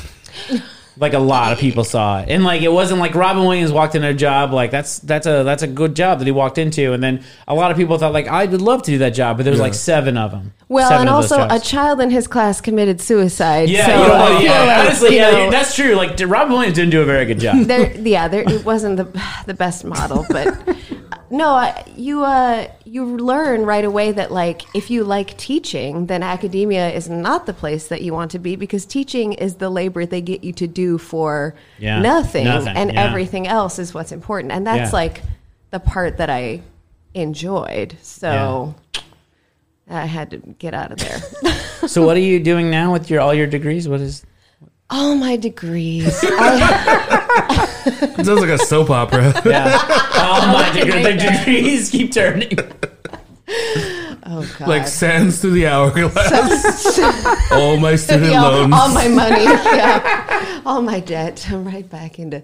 S3: like a lot of people saw it, and like it wasn't like Robin Williams walked into a job like that's that's a that's a good job that he walked into, and then a lot of people thought like I would love to do that job, but there was like seven of them.
S2: Well,
S3: seven
S2: and
S3: of those
S2: also a
S3: jobs.
S2: child in his class committed suicide.
S3: Yeah,
S2: so
S3: you know,
S2: I
S3: like,
S2: feel
S3: yeah,
S2: like,
S3: honestly,
S2: you
S3: yeah,
S2: know,
S3: that's true. Like Robin Williams didn't do a very good job.
S2: there, yeah, there, it wasn't the the best model, but uh, no, I- you uh, you learn right away that like if you like teaching, then academia is not the place that you want to be because teaching is the labor they get you to do for
S3: Yeah,
S2: nothing,
S3: nothing,
S2: and
S3: yeah.
S2: everything else is what's important, and that's
S3: Yeah.
S2: like the part that I enjoyed. So I had to get out of there.
S3: so what are you doing now with your all your degrees? What is
S2: All my degrees.
S5: Sounds like a soap opera.
S3: yeah? All my degrees, the degrees keep turning.
S2: Oh God!
S5: like sands through the hourglass. all my student
S2: Yeah, all-
S5: loans.
S2: all my money, yeah, all my debt. I'm right back into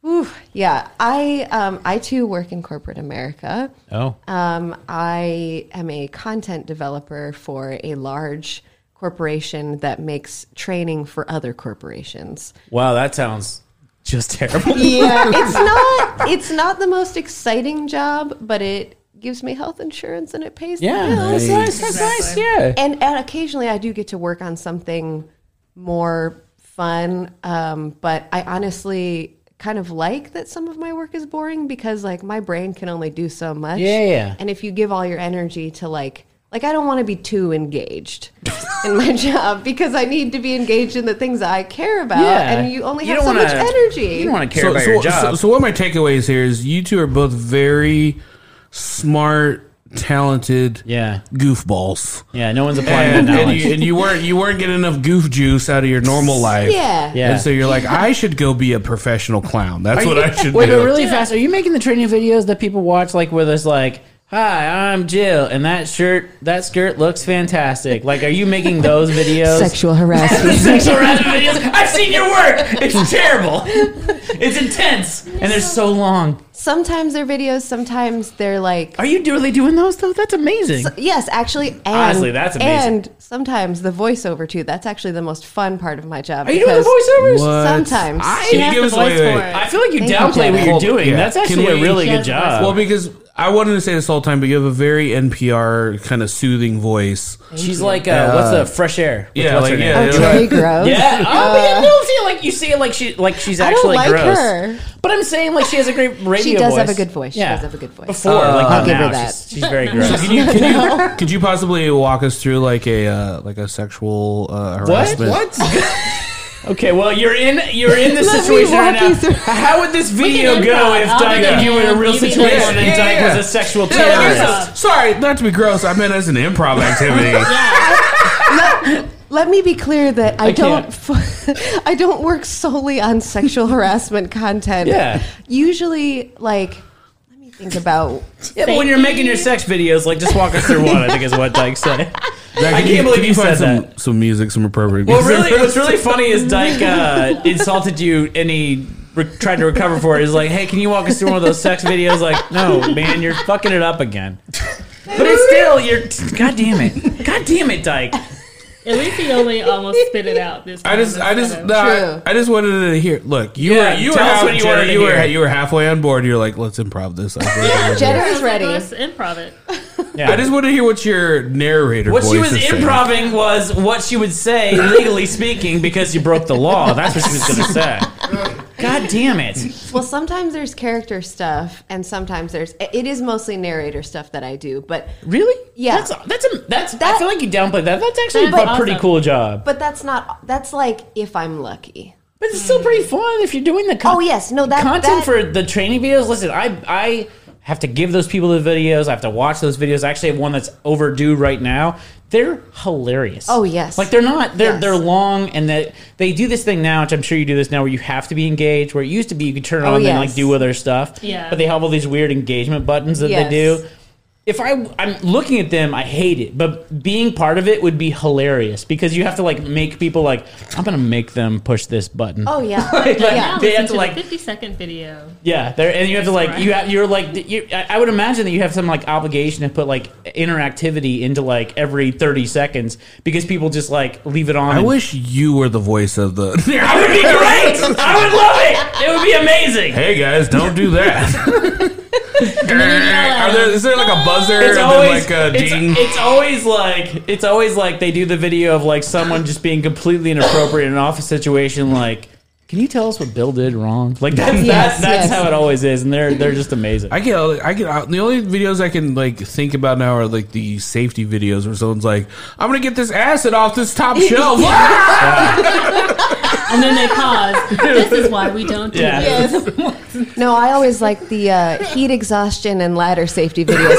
S2: Whew, yeah, I um, I too work in corporate America.
S3: Oh,
S2: Um, I am a content developer for a large corporation that makes training for other corporations.
S3: wow, that sounds just terrible.
S2: Yeah, it's not it's not the most exciting job, but it gives me health insurance and it pays
S3: Yeah,
S2: the bills.
S3: that's nice. That's nice. Yeah.
S2: And, and occasionally I do get to work on something more fun. Um, but I honestly kind of like that some of my work is boring because like my brain can only do so much.
S3: Yeah, yeah.
S2: And if you give all your energy to like like I don't want to be too engaged in my job because I need to be engaged in the things that I care about. And you only have so
S3: don't
S2: much
S3: wanna-
S2: energy.
S3: You don't want to care about your job.
S5: So, so one of my takeaways here is you two are both very smart, talented,
S3: yeah,
S5: goofballs,
S3: yeah. No one's applying that
S5: and, and,
S3: knowledge.
S5: you, and you weren't you weren't getting enough goof juice out of your normal life.
S2: yeah.
S3: Yeah.
S5: And so you're like, I should go be a professional clown. That's
S3: Are
S5: what
S3: you-
S5: I should
S3: Wait,
S5: do.
S3: but really fast. Are you making the training videos that people watch, like where there's like, "Hi, I'm Jill, and that shirt, that skirt looks fantastic." Like, are you making those videos?
S2: Sexual harassment.
S3: Sexual harassment videos. I've seen your work. It's terrible. It's intense, and they're so long.
S2: sometimes they're videos, sometimes they're like
S3: Are you really doing those though? That's amazing.
S2: Yes, actually, and,
S3: Honestly, that's amazing.
S2: And sometimes the voiceover too. That's actually the most fun part of my job.
S3: Are you doing the voiceovers?
S5: What?
S2: Sometimes.
S5: I,
S6: She
S5: can you
S6: has
S5: give
S6: the
S5: us wait,
S6: voice
S5: wait,
S6: for
S5: wait.
S6: it.
S3: I feel like you
S2: Thank you,
S3: downplay what
S2: Jenna.
S3: you're doing.
S5: Yeah.
S3: That's
S5: Can
S3: actually a
S5: we-
S3: really
S6: She
S3: good
S6: has the voice
S3: job.
S6: for
S5: Well, because I wanted to say this whole time, but you have a very NPR kind of soothing voice.
S3: She's like, uh, what's the fresh air? with
S5: Yeah,
S3: what's her
S5: like,
S3: name?
S5: yeah,
S2: Oh,
S5: yeah.
S2: Terry Groves.
S3: Yeah, oh, but you do feel like you see it like she like she's
S2: I don't
S3: actually
S2: like
S3: gross.
S2: her.
S3: But I'm saying like she has a great radio.
S2: does have a good voice. She does have a good voice.
S3: Before, like
S2: I'll
S3: not
S2: give her
S3: now.
S2: that.
S3: She's, she's very gross.
S5: Can you, can you, could you possibly walk us through like a uh, like a sexual uh,
S3: what?
S5: harassment?
S3: What? okay, well you're in you're in this
S2: Let me
S3: situation right
S2: walk you
S3: now.
S2: through-
S3: How would this video
S6: can
S3: go
S6: improv.
S3: if
S6: I'll
S3: Dyke
S6: be
S3: and
S6: the
S3: you were in a
S6: man,
S3: real
S6: you be the
S3: situation
S6: man.
S3: and
S5: Yeah,
S3: Dyke
S5: yeah,
S3: was
S5: yeah.
S3: a sexual
S5: No, there's
S3: terrorist?
S5: a- sorry, not to be gross. I meant as an improv activity.
S2: Let me be clear that I,
S3: can't.
S2: don't f- I don't work solely on sexual harassment content.
S3: Yeah.
S2: Usually like let me think about
S3: Yeah, but when you're making your sex videos, like just walk us through one. I think is what Dyke said.
S5: Zach,
S3: I
S5: can
S3: can't believe
S5: can
S3: you said
S5: some, Some music, some appropriate.
S3: Well,
S5: music?
S3: really, what's really funny is Dyke uh, insulted you, and he re- tried to recover for it. He's like, "Hey, can you walk us through one of those sex videos?" Like, no, man, you're fucking it up again. But it's still, you're. God damn it! God damn it, Dyke!
S6: At least he only almost spit it out this time.
S5: I just, I just,
S6: instead of-
S5: no,
S2: True.
S5: I, I just wanted to hear. Look, you
S3: Yeah,
S5: were, you were,
S3: tell us
S5: half,
S3: what you
S5: Jenna,
S3: wanted to
S5: you were,
S3: hear.
S5: you were halfway on board. You're like, let's improv this. I
S2: Jenna
S6: I
S2: is
S6: was like,
S2: ready.
S6: Let's improv it.
S3: Yeah.
S5: just want to hear what your narrator.
S3: what she
S5: voice
S3: was
S5: is saying.
S3: improving was what she would say, legally speaking, because you broke the law. That's what she was going to say. God damn it!
S2: Well, sometimes there's character stuff and sometimes there's it is mostly narrator stuff that I do, but
S3: Really?
S2: Yeah.
S3: That's that's a, that's. I
S2: That-
S3: feel like you downplayed that. That's actually
S6: That's
S3: a pretty
S6: awesome.
S3: cool job.
S2: but that's not that's like if I'm lucky.
S3: But it's still pretty fun if you're doing the con-
S2: Oh, yes. No, that-
S3: content
S2: that-
S3: for the training videos. Listen, I I have to give those people the videos. I have to watch those videos. I actually have one that's overdue right now. They're hilarious.
S2: Oh, yes.
S3: like they're not they're
S2: Yes.
S3: they're long and that they do this thing now, which I'm sure you do this now, where you have to be engaged. Where it used to be you could turn it
S2: Oh,
S3: on and
S2: yes.
S3: like do other stuff.
S6: Yeah.
S3: but they have all these weird engagement buttons that
S2: Yes.
S3: they do. If I I'm looking at them, I hate it. But being part of it would be hilarious because you have to like make people like I'm gonna make them push this button.
S2: Oh yeah.
S3: Like,
S2: yeah.
S3: they have to
S6: Listen
S3: like
S6: the 50 second video.
S3: yeah there and you have to like you have you're like you, I I would imagine that you have some like obligation to put like interactivity into like every 30 seconds because people just like leave it on
S5: I
S3: and-
S5: wish you were the voice of the.
S3: I would be great I would love it it would be amazing
S5: hey guys, don't do that. Are there, is there like a buzzer
S3: it's
S5: and
S3: always
S5: then like a
S3: it's-
S5: ding?
S3: it's always like it's always like they do the video of like someone just being completely inappropriate in an office situation like can you tell us what Bill did wrong? Like that's that's,
S2: Yes,
S3: that's
S2: yes.
S3: how it always is, and they're they're just amazing.
S5: I get, I get. uh, The only videos I can like think about now are like the safety videos where someone's like, "I'm gonna get this acid off this top shelf."
S6: And then they pause. this is why we don't do
S3: Yeah.
S6: it.
S2: No, I always like the uh, heat exhaustion and ladder safety videos.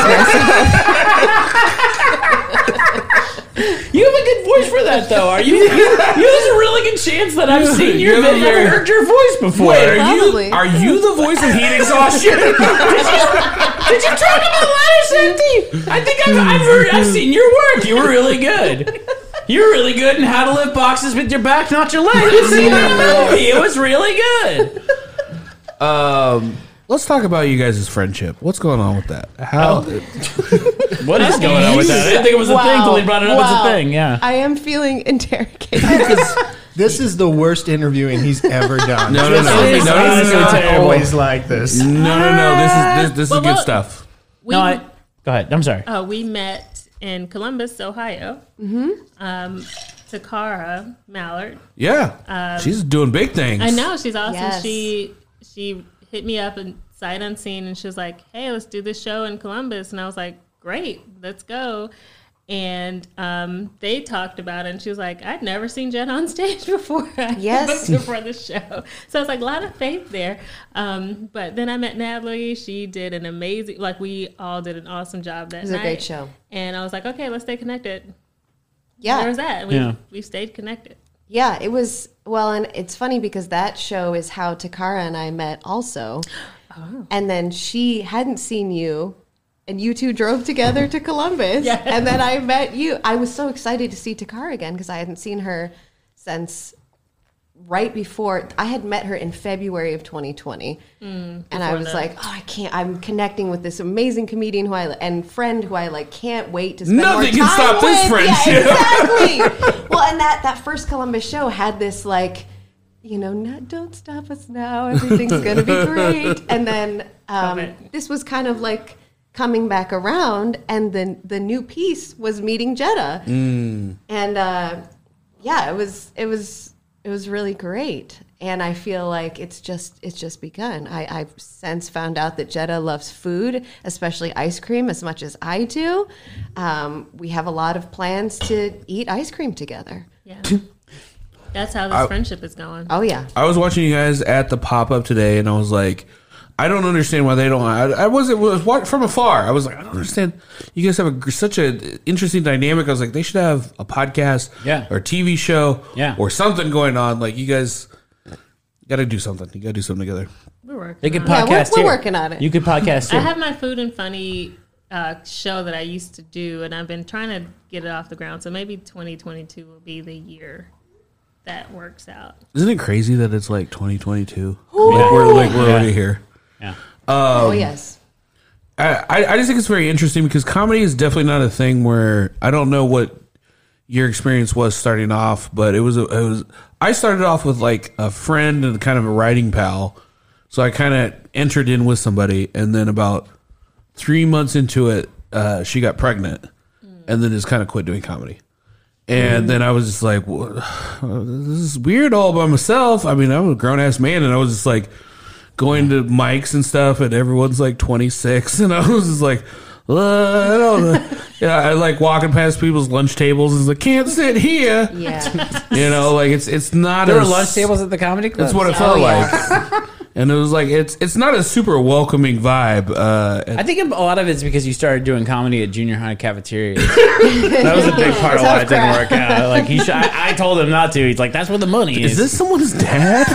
S3: You have a good voice for that, though. Are you? You, you there's a really good chance that I've seen your
S5: You have a
S3: video, I've
S5: very-
S3: heard your voice before.
S5: Wait, are
S2: Probably.
S5: you are you the voice of heat exhaustion?
S3: Did you talk about ladder safety? I think I've, I've heard. I've seen your work. You were really good. You're really good in how to lift boxes with your back, not your legs. I've seen that movie. It was really good.
S5: Um, let's talk about you guys' friendship. What's going on with that? How?
S3: What is going on with that? I didn't think it was a thing until he brought it up
S2: Wow.
S3: as a thing. Yeah.
S2: I am feeling interrogated.
S4: Because this is the worst interviewing he's ever done.
S5: No, no, no.
S4: This is
S5: No, no, no, no,
S4: not
S5: no, no.
S4: always like this.
S5: No, no, no. This is this, this
S6: Well,
S5: is good
S6: well-
S5: stuff.
S6: We,
S3: no, I, go ahead. I'm sorry.
S6: uh, we met in Columbus, Ohio. Mm-hmm. Um, Takara Mallard.
S5: Yeah, she's doing big things.
S6: um, I know she's awesome.
S2: Yes.
S6: She she hit me up and sight unseen, and she was like, "Hey, let's do this show in Columbus." And I was like, "Great, let's go." And um, they talked about it, and she was like, "I'd never seen Jen on stage before." I
S2: Yes.
S6: booked her for the show, so I was like, "A lot of faith there." Um, but then I met Natalie. She did an amazing, like we all did an awesome job that
S2: was a great
S6: night.
S2: show.
S6: And I was like, "Okay, let's stay connected." There
S2: yeah,
S6: was that. We
S3: Yeah.
S6: we stayed connected.
S2: yeah. It was well, and it's funny because that show is how Takara and I met also, and then she hadn't seen you. And you two drove together to Columbus,
S6: Yeah.
S2: and then I met you. I was so excited to see Takara again because I hadn't seen her since right before I had met her in February of 2020, and I was
S6: that.
S2: like, "Oh, I can't! I'm connecting with this amazing comedian who I and friend who I like can't wait to spend more
S5: Nothing can
S2: time
S5: stop this
S2: with."
S5: friendship.
S2: Yeah, exactly. well, and that that first Columbus show had this like, you know, not, don't stop us now. Everything's gonna be great. And then um,
S6: it.
S2: this was kind of like coming back around, and then the new piece was meeting Jetta, and. uh yeah, it was it was it was really great. And I feel like it's just it's just begun. I, I've since found out that Jetta loves food, especially ice cream, as much as I do. Um, we have a lot of plans to eat ice cream together.
S6: Yeah. That's how this friendship is going.
S2: Oh yeah,
S5: I was watching you guys at the pop up today, and I was like, I don't understand why they don't. I, I wasn't was what from afar. I was like, I don't understand. You guys have a, gr- such an interesting dynamic. I was like, they should have a podcast,
S3: Yeah.
S5: or TV show,
S3: Yeah.
S5: or something going on. Like you guys got to do something. You got to do something together.
S6: We're working.
S3: They could
S6: on
S2: Yeah,
S3: podcast
S2: we're- we're
S3: here.
S2: working on it.
S3: You could podcast
S6: it. I
S3: here.
S6: have my food and funny uh, show that I used to do, and I've been trying to get it off the ground. So maybe 2022 will be the year that works out.
S5: Isn't it crazy that it's like 2022? Like, we're like we're already here.
S3: yeah.
S2: oh yes.
S5: I, I- I just think it's very interesting because comedy is definitely not a thing where I don't know what your experience was starting off, but it was a, it was I started off with like a friend and kind of a writing pal, so I kind of entered in with somebody, and then about three months into it, uh, she got pregnant, and then just kind of quit doing comedy. And then I was just like, "Wha- this is weird all by myself. I mean, I'm a grown ass man, and I was just like going to mics and stuff, and everyone's like 26, and I was just like, "Uh, I don't know. yeah, I like walking past people's lunch tables and it's like, can't sit here.
S2: Yeah.
S5: You know, like it's it's not
S3: There
S5: a
S3: were lunch
S5: s-
S3: tables at the comedy club.
S5: That's what it
S2: Oh
S5: felt like. And it was like it's it's not a super welcoming vibe. Uh, and
S3: I think a lot of it's because you started doing comedy at junior high cafeterias. that was a big part of why it didn't work out. Like he, sh- I, I told him not to. He's like, "That's where the money is."
S5: is this someone's dad?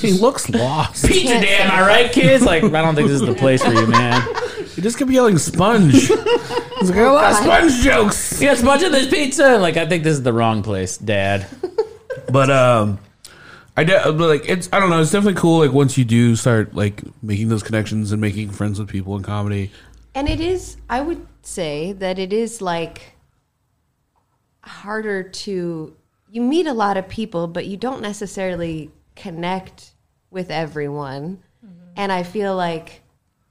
S5: he looks lost.
S3: pizza day? Am I right, kids? Like, I don't think this is the place for you, man.
S5: He just kept yelling sponge. He's like, I love sponge jokes.
S3: You got a bunch of this pizza. Like, I think this is the wrong place, Dad.
S5: But um, I de- uh, but like it's I don't know. It's definitely cool. Like once you do start like making those connections and making friends with people in comedy.
S2: And it is, I would say that it is like harder to, you meet a lot of people, but you don't necessarily connect with everyone. And I feel like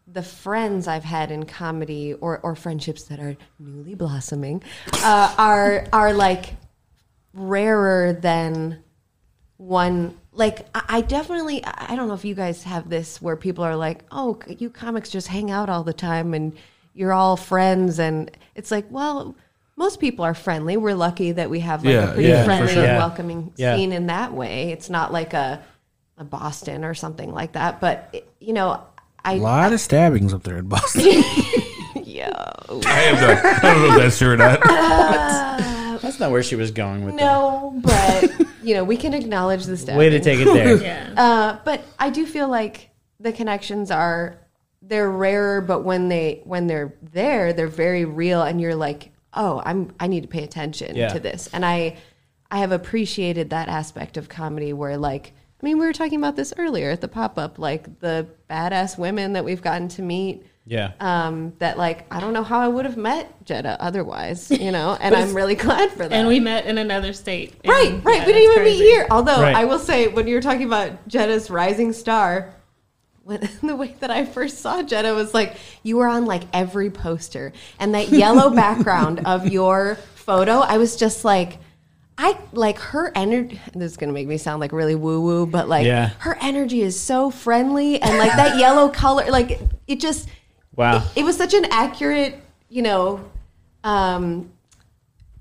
S2: the friends I've had in comedy or, or friendships that are newly blossoming uh, are, are like rarer than one like I, I definitely I I don't know if you guys have this where people are like, "Oh, c- you comics just hang out all the time and you're all friends." And it's like, well, most people are friendly. We're lucky that we have like
S5: Yeah,
S2: a pretty
S5: yeah, for
S2: friendly,
S3: sure.
S2: and
S3: Yeah.
S2: welcoming
S3: Yeah.
S2: scene in that way. It's not like a a Boston or something like that, but it- you know, I
S5: A lot of stabbings up there in Boston.
S2: yeah.
S5: I have done. I don't know if that's true or not.
S3: That's not where she was going with that.
S2: No, but you know, we can acknowledge the staff.
S3: Way to take it there.
S6: Yeah.
S2: Uh, but I do feel like the connections are they're rarer, but when they when they're there, they're very real, and you're like, oh, I'm I need to pay attention
S3: Yeah.
S2: to this, and I I have appreciated that aspect of comedy where like I mean, we were talking about this earlier at the pop up, like the badass women that we've gotten to meet.
S7: Yeah.
S2: Um, that like I don't know how I would have met Jeddah otherwise, you know, and I'm really glad for that.
S6: And we met in another state. And,
S2: Right, right.
S6: yeah,
S2: we
S6: that's
S2: didn't even
S6: crazy.
S2: meet here. Although
S7: Right.
S2: I will say, when you were talking about Jeddah's rising star, when, the way that I first saw Jeddah was like you were on like every poster, and that yellow background of your photo, I was just like. I like her energy. This is gonna make me sound like really woo woo, but like
S7: Yeah.
S2: her energy is so friendly, and like that yellow color, like it just
S7: Wow.
S2: it was such an accurate, you know, um,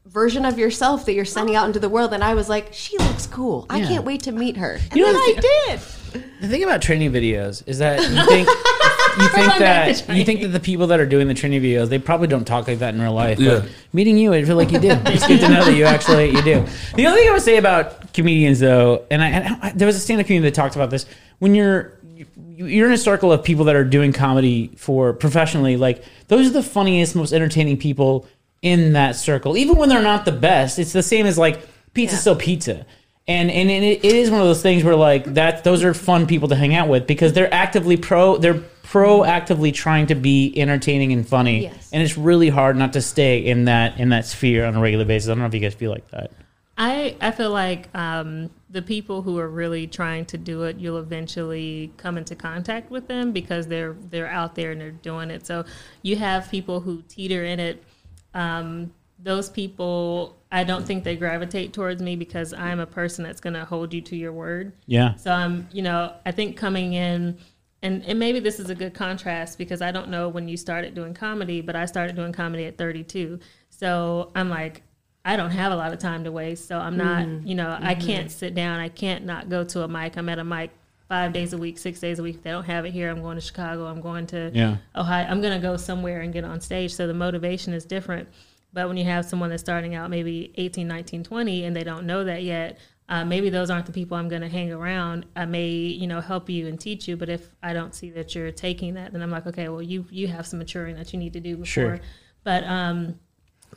S2: version of yourself that you're sending out into the world. And I was like, she looks cool. I
S3: Yeah.
S2: can't wait to meet her. And
S3: You know
S2: then
S3: what's
S2: I did.
S3: The thing about training videos is that you think you think
S6: back
S3: that
S6: to
S3: you think that the people that are doing the training videos they probably don't talk like that in real life.
S5: Yeah.
S3: But meeting you, I feel like you do. It's good to know that you actually you do. The only thing I would say about comedians though, and I, and I, don't- I- there was a stand-up comedian that talked about this when you're you- you're in a circle of people that are doing comedy for professionally like those are the funniest most entertaining people in that circle even when they're not the best it's the same as like pizza's
S2: Yeah.
S3: still pizza and and it, it is one of those things where like that those are fun people to hang out with because they're actively pro they're proactively trying to be entertaining and funny
S2: Yes.
S3: and it's really hard not to stay in that in that sphere on a regular basis i don't know if you guys feel like that
S6: I, I feel like um, the people who are really trying to do it, you'll eventually come into contact with them because they're they're out there and they're doing it. So you have people who teeter in it. Um, those people, I don't think they gravitate towards me because I'm a person that's going to hold you to your word.
S3: yeah
S6: So I'm, you know, I think coming in, and, and maybe this is a good contrast because I don't know when you started doing comedy, but I started doing comedy at 32. So I'm like, I don't have a lot of time to waste. So I'm not,
S3: Mm.
S6: you know, I
S3: Mm-hmm.
S6: can't sit down. I can't not go to a mic. I'm at a mic five days a week, six days a week. If they don't have it here, I'm going to Chicago. I'm going to
S3: Yeah.
S6: Ohio. Oh, I'm going to go somewhere and get on stage. So the motivation is different. But when you have someone that's starting out maybe 18, 19, 20, and they don't know that yet, uh, maybe those aren't the people I'm going to hang around. I may, you know, help you and teach you, but if I don't see that you're taking that, then I'm like, okay, well, you you have some maturing that you need to do before.
S3: Sure.
S6: But um,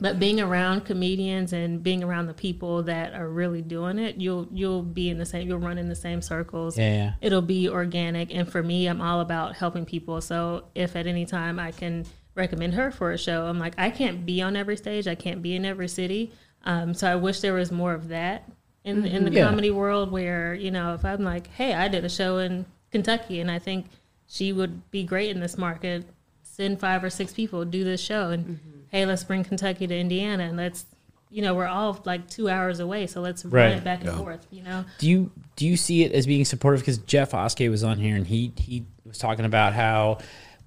S6: but being around comedians and being around the people that are really doing it, you'll you'll be in the same, you'll run in the same circles
S3: yeah, yeah.
S6: it'll be organic. And for me, I'm all about helping people. So if at any time I can recommend her for a show, I'm like, I can't be on every stage, I can't be in every city. Um, so I wish there was more of that in in the
S3: Yeah.
S6: comedy world, where you know, if I'm like, hey, I did a show in Kentucky, and I think she would be great in this market. Send five or six people do this show, and hey, let's bring Kentucky to Indiana, and let's, you know, we're all like two hours away, so let's run
S3: Right.
S6: it back and forth, you know.
S3: do you do you see it as being supportive? Because Jeff Oskey was on here and he he was talking about how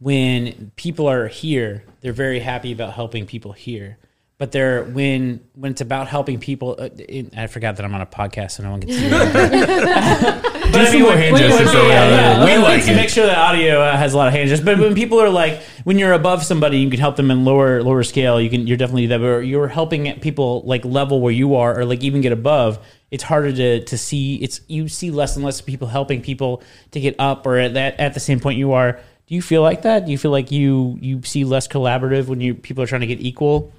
S3: when people are here, they're very happy about helping people here. But they're when when it's about helping people, uh, in, I forgot that I'm on a podcast, so no one can see. it. But I mean,
S5: more
S3: when-
S5: hand
S3: when-
S5: gestures
S3: when-
S5: over
S3: yeah,
S5: there.
S3: yeah.
S5: We
S3: Let's
S5: like
S3: make-
S5: it.
S3: Make sure that audio uh, has a lot of hand gestures. But when people are like, when you're above somebody, you can help them in lower lower scale. You can you're definitely that. But you're helping people like level where you are, or like even get above. It's harder to, to see. It's you see less and less people helping people to get up or at that at the same point you are. Do you feel like that? Do you feel like you you see less collaborative when you people are trying to get equal?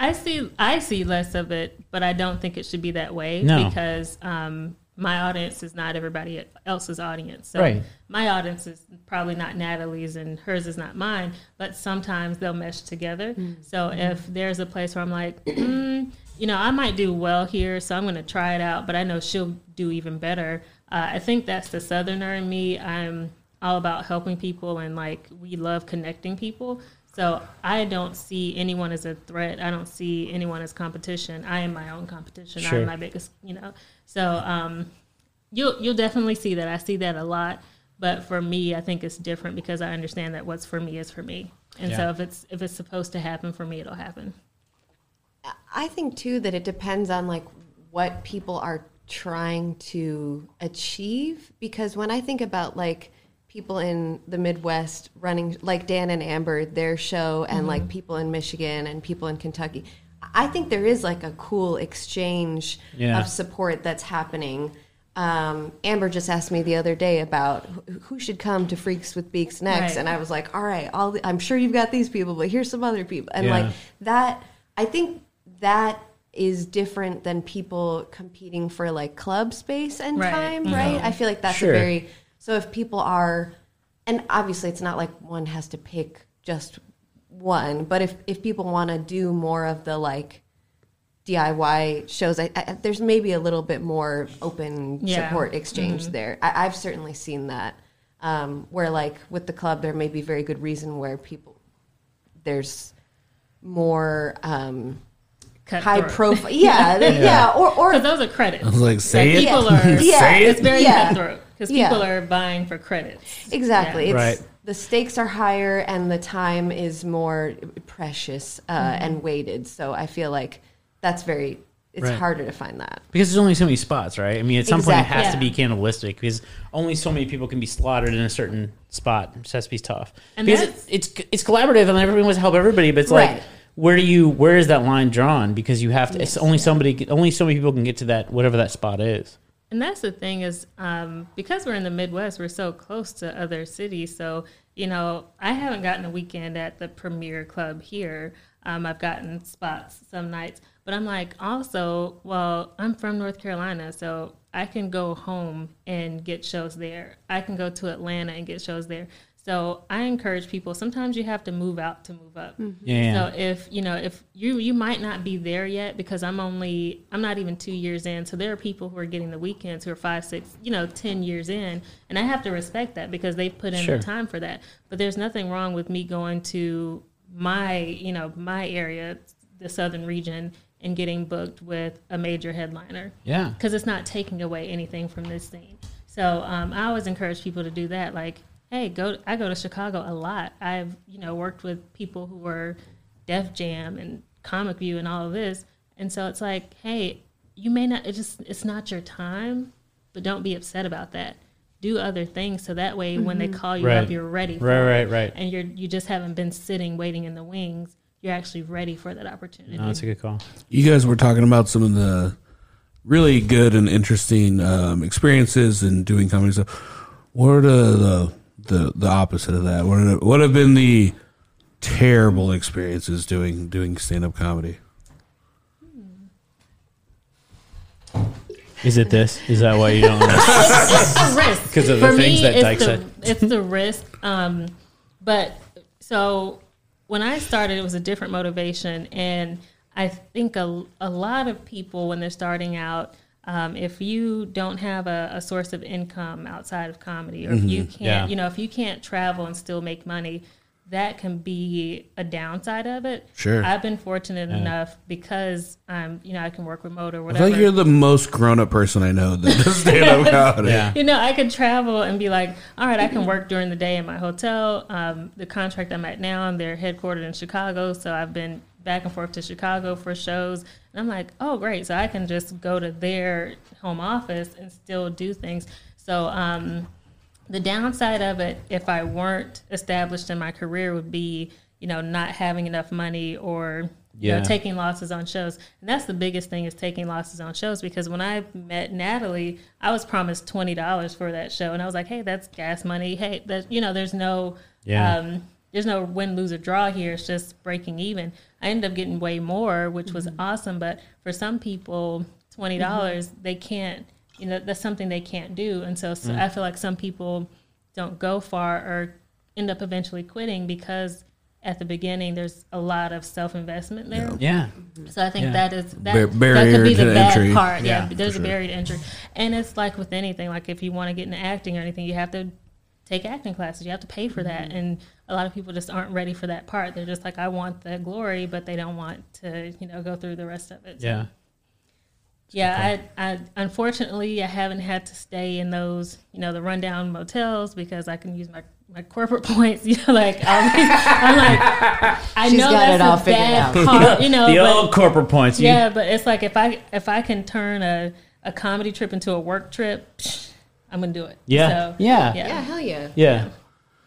S6: I see I see less of it, but I don't think it should be that way
S3: No.
S6: because um, my audience is not everybody else's audience. So
S3: Right.
S6: my audience is probably not Natalie's and hers is not mine, but sometimes they'll mesh together. So if there's a place where I'm like, mm, you know, I might do well here, so I'm going to try it out, but I know she'll do even better. Uh, I think that's the Southerner in me. I'm all about helping people and like we love connecting people. So I don't see anyone as a threat. I don't see anyone as competition. I am my own competition.
S3: Sure.
S6: I'm my biggest, you know. So um, you'll you'll definitely see that. I see that a lot, but for me, I think it's different because I understand that what's for me is for me, and so
S3: Yeah.
S6: if it's if it's supposed to happen for me, it'll happen.
S2: I think too that it depends on like what people are trying to achieve because when I think about like people in the Midwest running like Dan and Amber their show and
S3: Mm-hmm.
S2: like people in Michigan and people in Kentucky I think there is like a cool exchange
S3: Yeah.
S2: of support that's happening um, Amber just asked me the other day about wh- who should come to Freaks with Beaks next,
S6: Right.
S2: and I was like, "All right, all the, I'm sure you've got these people, but here's some other people." And
S3: Yeah.
S2: like that, I think that is different than people competing for like club space and
S6: Right. Mm-hmm.
S2: time, right? I feel like that's
S8: Sure.
S2: a very so if people are and obviously it's not like one has to pick just one, but if if people want to do more of the like DIY shows, I, I, there's maybe a little bit more open
S6: Yeah. Mm-hmm.
S2: support exchange there. I, I've certainly seen that um, where, like, with the club, there may be very good reason where people there's more um,
S6: Cut
S2: high
S6: throat.
S2: profile. Yeah, th- yeah, or or
S6: Because those are credits.
S5: I was like, say
S6: That
S5: it.
S6: people are.
S2: Yeah. Say it.
S6: It's very
S2: Yeah.
S6: cutthroat because
S2: Yeah.
S6: people are buying for credits.
S2: exactly.
S8: Yeah.
S2: It's,
S8: Right.
S2: The stakes are higher and the time is more precious uh,
S6: Mm-hmm.
S2: and weighted. So I feel like that's very. It's
S8: Right.
S2: harder to find that.
S8: Because there's only so many spots, right? I mean, at some point it
S2: Exactly.
S8: has to
S6: Yeah.
S8: be cannibalistic because only so many people can be slaughtered in a certain spot. It has to be tough.
S6: And
S8: because it,
S6: that's-
S8: it's it's collaborative and everyone wants to help everybody, but it's like
S2: Right.
S8: where do you where is that line drawn? Because you have to. It's only somebody. Only so many people can get to that whatever that spot is.
S6: And that's the thing is um, because we're in the Midwest, we're so close to other cities. So, you know, I haven't gotten a weekend at the Premier Club here. Um, I've gotten spots some nights, but I'm like, also, well, I'm from North Carolina, so I can go home and get shows there. I can go to Atlanta and get shows there. So I encourage people. Sometimes you have to move out to move up.
S8: Yeah.
S6: So if you know if you you might not be there yet because I'm only I'm not even two years in. So there are people who are getting the weekends who are five, six, you know, ten years in, and I have to respect that because they put in
S8: Sure.
S6: the time for that. But there's nothing wrong with me going to my you know my area, the southern region, and getting booked with a major headliner
S8: Yeah.
S6: because it's not taking away anything from this scene. So um, I always encourage people to do that. Like, hey, go. I go to Chicago a lot. I've you know worked with people who were Def Jam and Comic View and all of this, and so it's like, hey, you may not. It just it's not your time, but don't be upset about that. Do other things so that way when they call you
S8: Right.
S6: up, you're ready. For
S8: Right,
S6: it.
S8: right, right.
S6: And you're you just haven't been sitting waiting in the wings. You're actually ready for that opportunity.
S8: No, Oh, that's a good call.
S5: You guys were talking about some of the really good and interesting um, experiences and doing comedy stuff. What are the the, the, the opposite of that? What, are, what have been the terrible experiences doing doing stand up comedy?
S8: Is it this? Is that why you don't? know?
S6: it's the risk
S8: 'Cause of the things that
S6: it's
S8: Dyke
S6: the,
S8: said.
S6: It's the risk. Um, but so when I started, it was a different motivation, and I think a, a lot of people when they're starting out. Um, if you don't have a, a source of income outside of comedy, or if you can't,
S8: Mm-hmm. Yeah.
S6: you know, if you can't travel and still make money, that can be a downside of it.
S5: Sure.
S6: I've been fortunate enough because I'm, you know, I can work remote
S5: I
S6: or whatever.
S5: feel like you're the most grown up person I know that does stand up comedy.
S8: Yeah.
S6: you know, I could travel and be like, all right, I can work during the day in my hotel. Um, the contract I'm at now, they're headquartered in Chicago, so I've been back and forth to Chicago for shows. And I'm like, oh, great, so I can just go to their home office and still do things. So um, the downside of it, if I weren't established in my career, would be you know not having enough money or you
S8: Yeah.
S6: know taking losses on shows. And that's the biggest thing is taking losses on shows because when I met Natalie, I was promised twenty dollars for that show, and I was like, hey, that's gas money. Hey, that you know, there's no
S8: Yeah.
S6: um, there's no win, lose, or draw here. It's just breaking even. I ended up getting way more, which was
S8: Mm-hmm.
S6: awesome. But for some people, twenty dollars they can't. You know, that's something they can't do. And so,
S8: Mm.
S6: so I feel like some people don't go far or end up eventually quitting because at the beginning there's a lot of self investment there.
S8: yeah.
S6: So I think
S8: Yeah.
S6: that is that,
S5: Bar-
S6: that
S5: barrier
S6: could be
S5: to
S6: the bad
S5: entry.
S6: part. Yeah,
S8: Yeah,
S6: there's a buried entry, and it's like with anything. Like if you want to get into acting or anything, you have to take acting classes. You have to pay for that,
S2: Mm-hmm.
S6: and a lot of people just aren't ready for that part. They're just like, I want the glory, but they don't want to, you know, go through the rest of it. So,
S8: Yeah.
S6: yeah. I, I unfortunately I haven't had to stay in those, you know, the rundown motels because I can use my. My corporate points, you know, like I'm, I'm like, I
S2: She's
S6: know
S2: got
S6: that's
S2: it all
S6: a
S2: figured
S6: bad
S2: out.
S6: part, you know.
S8: the
S6: but-
S8: old corporate points. You-
S6: yeah, but it's like if I if I can turn a, a comedy trip into a work trip, psh, I'm gonna do it.
S8: Yeah.
S6: So,
S8: Yeah.
S6: yeah.
S2: Yeah, hell yeah.
S8: Yeah.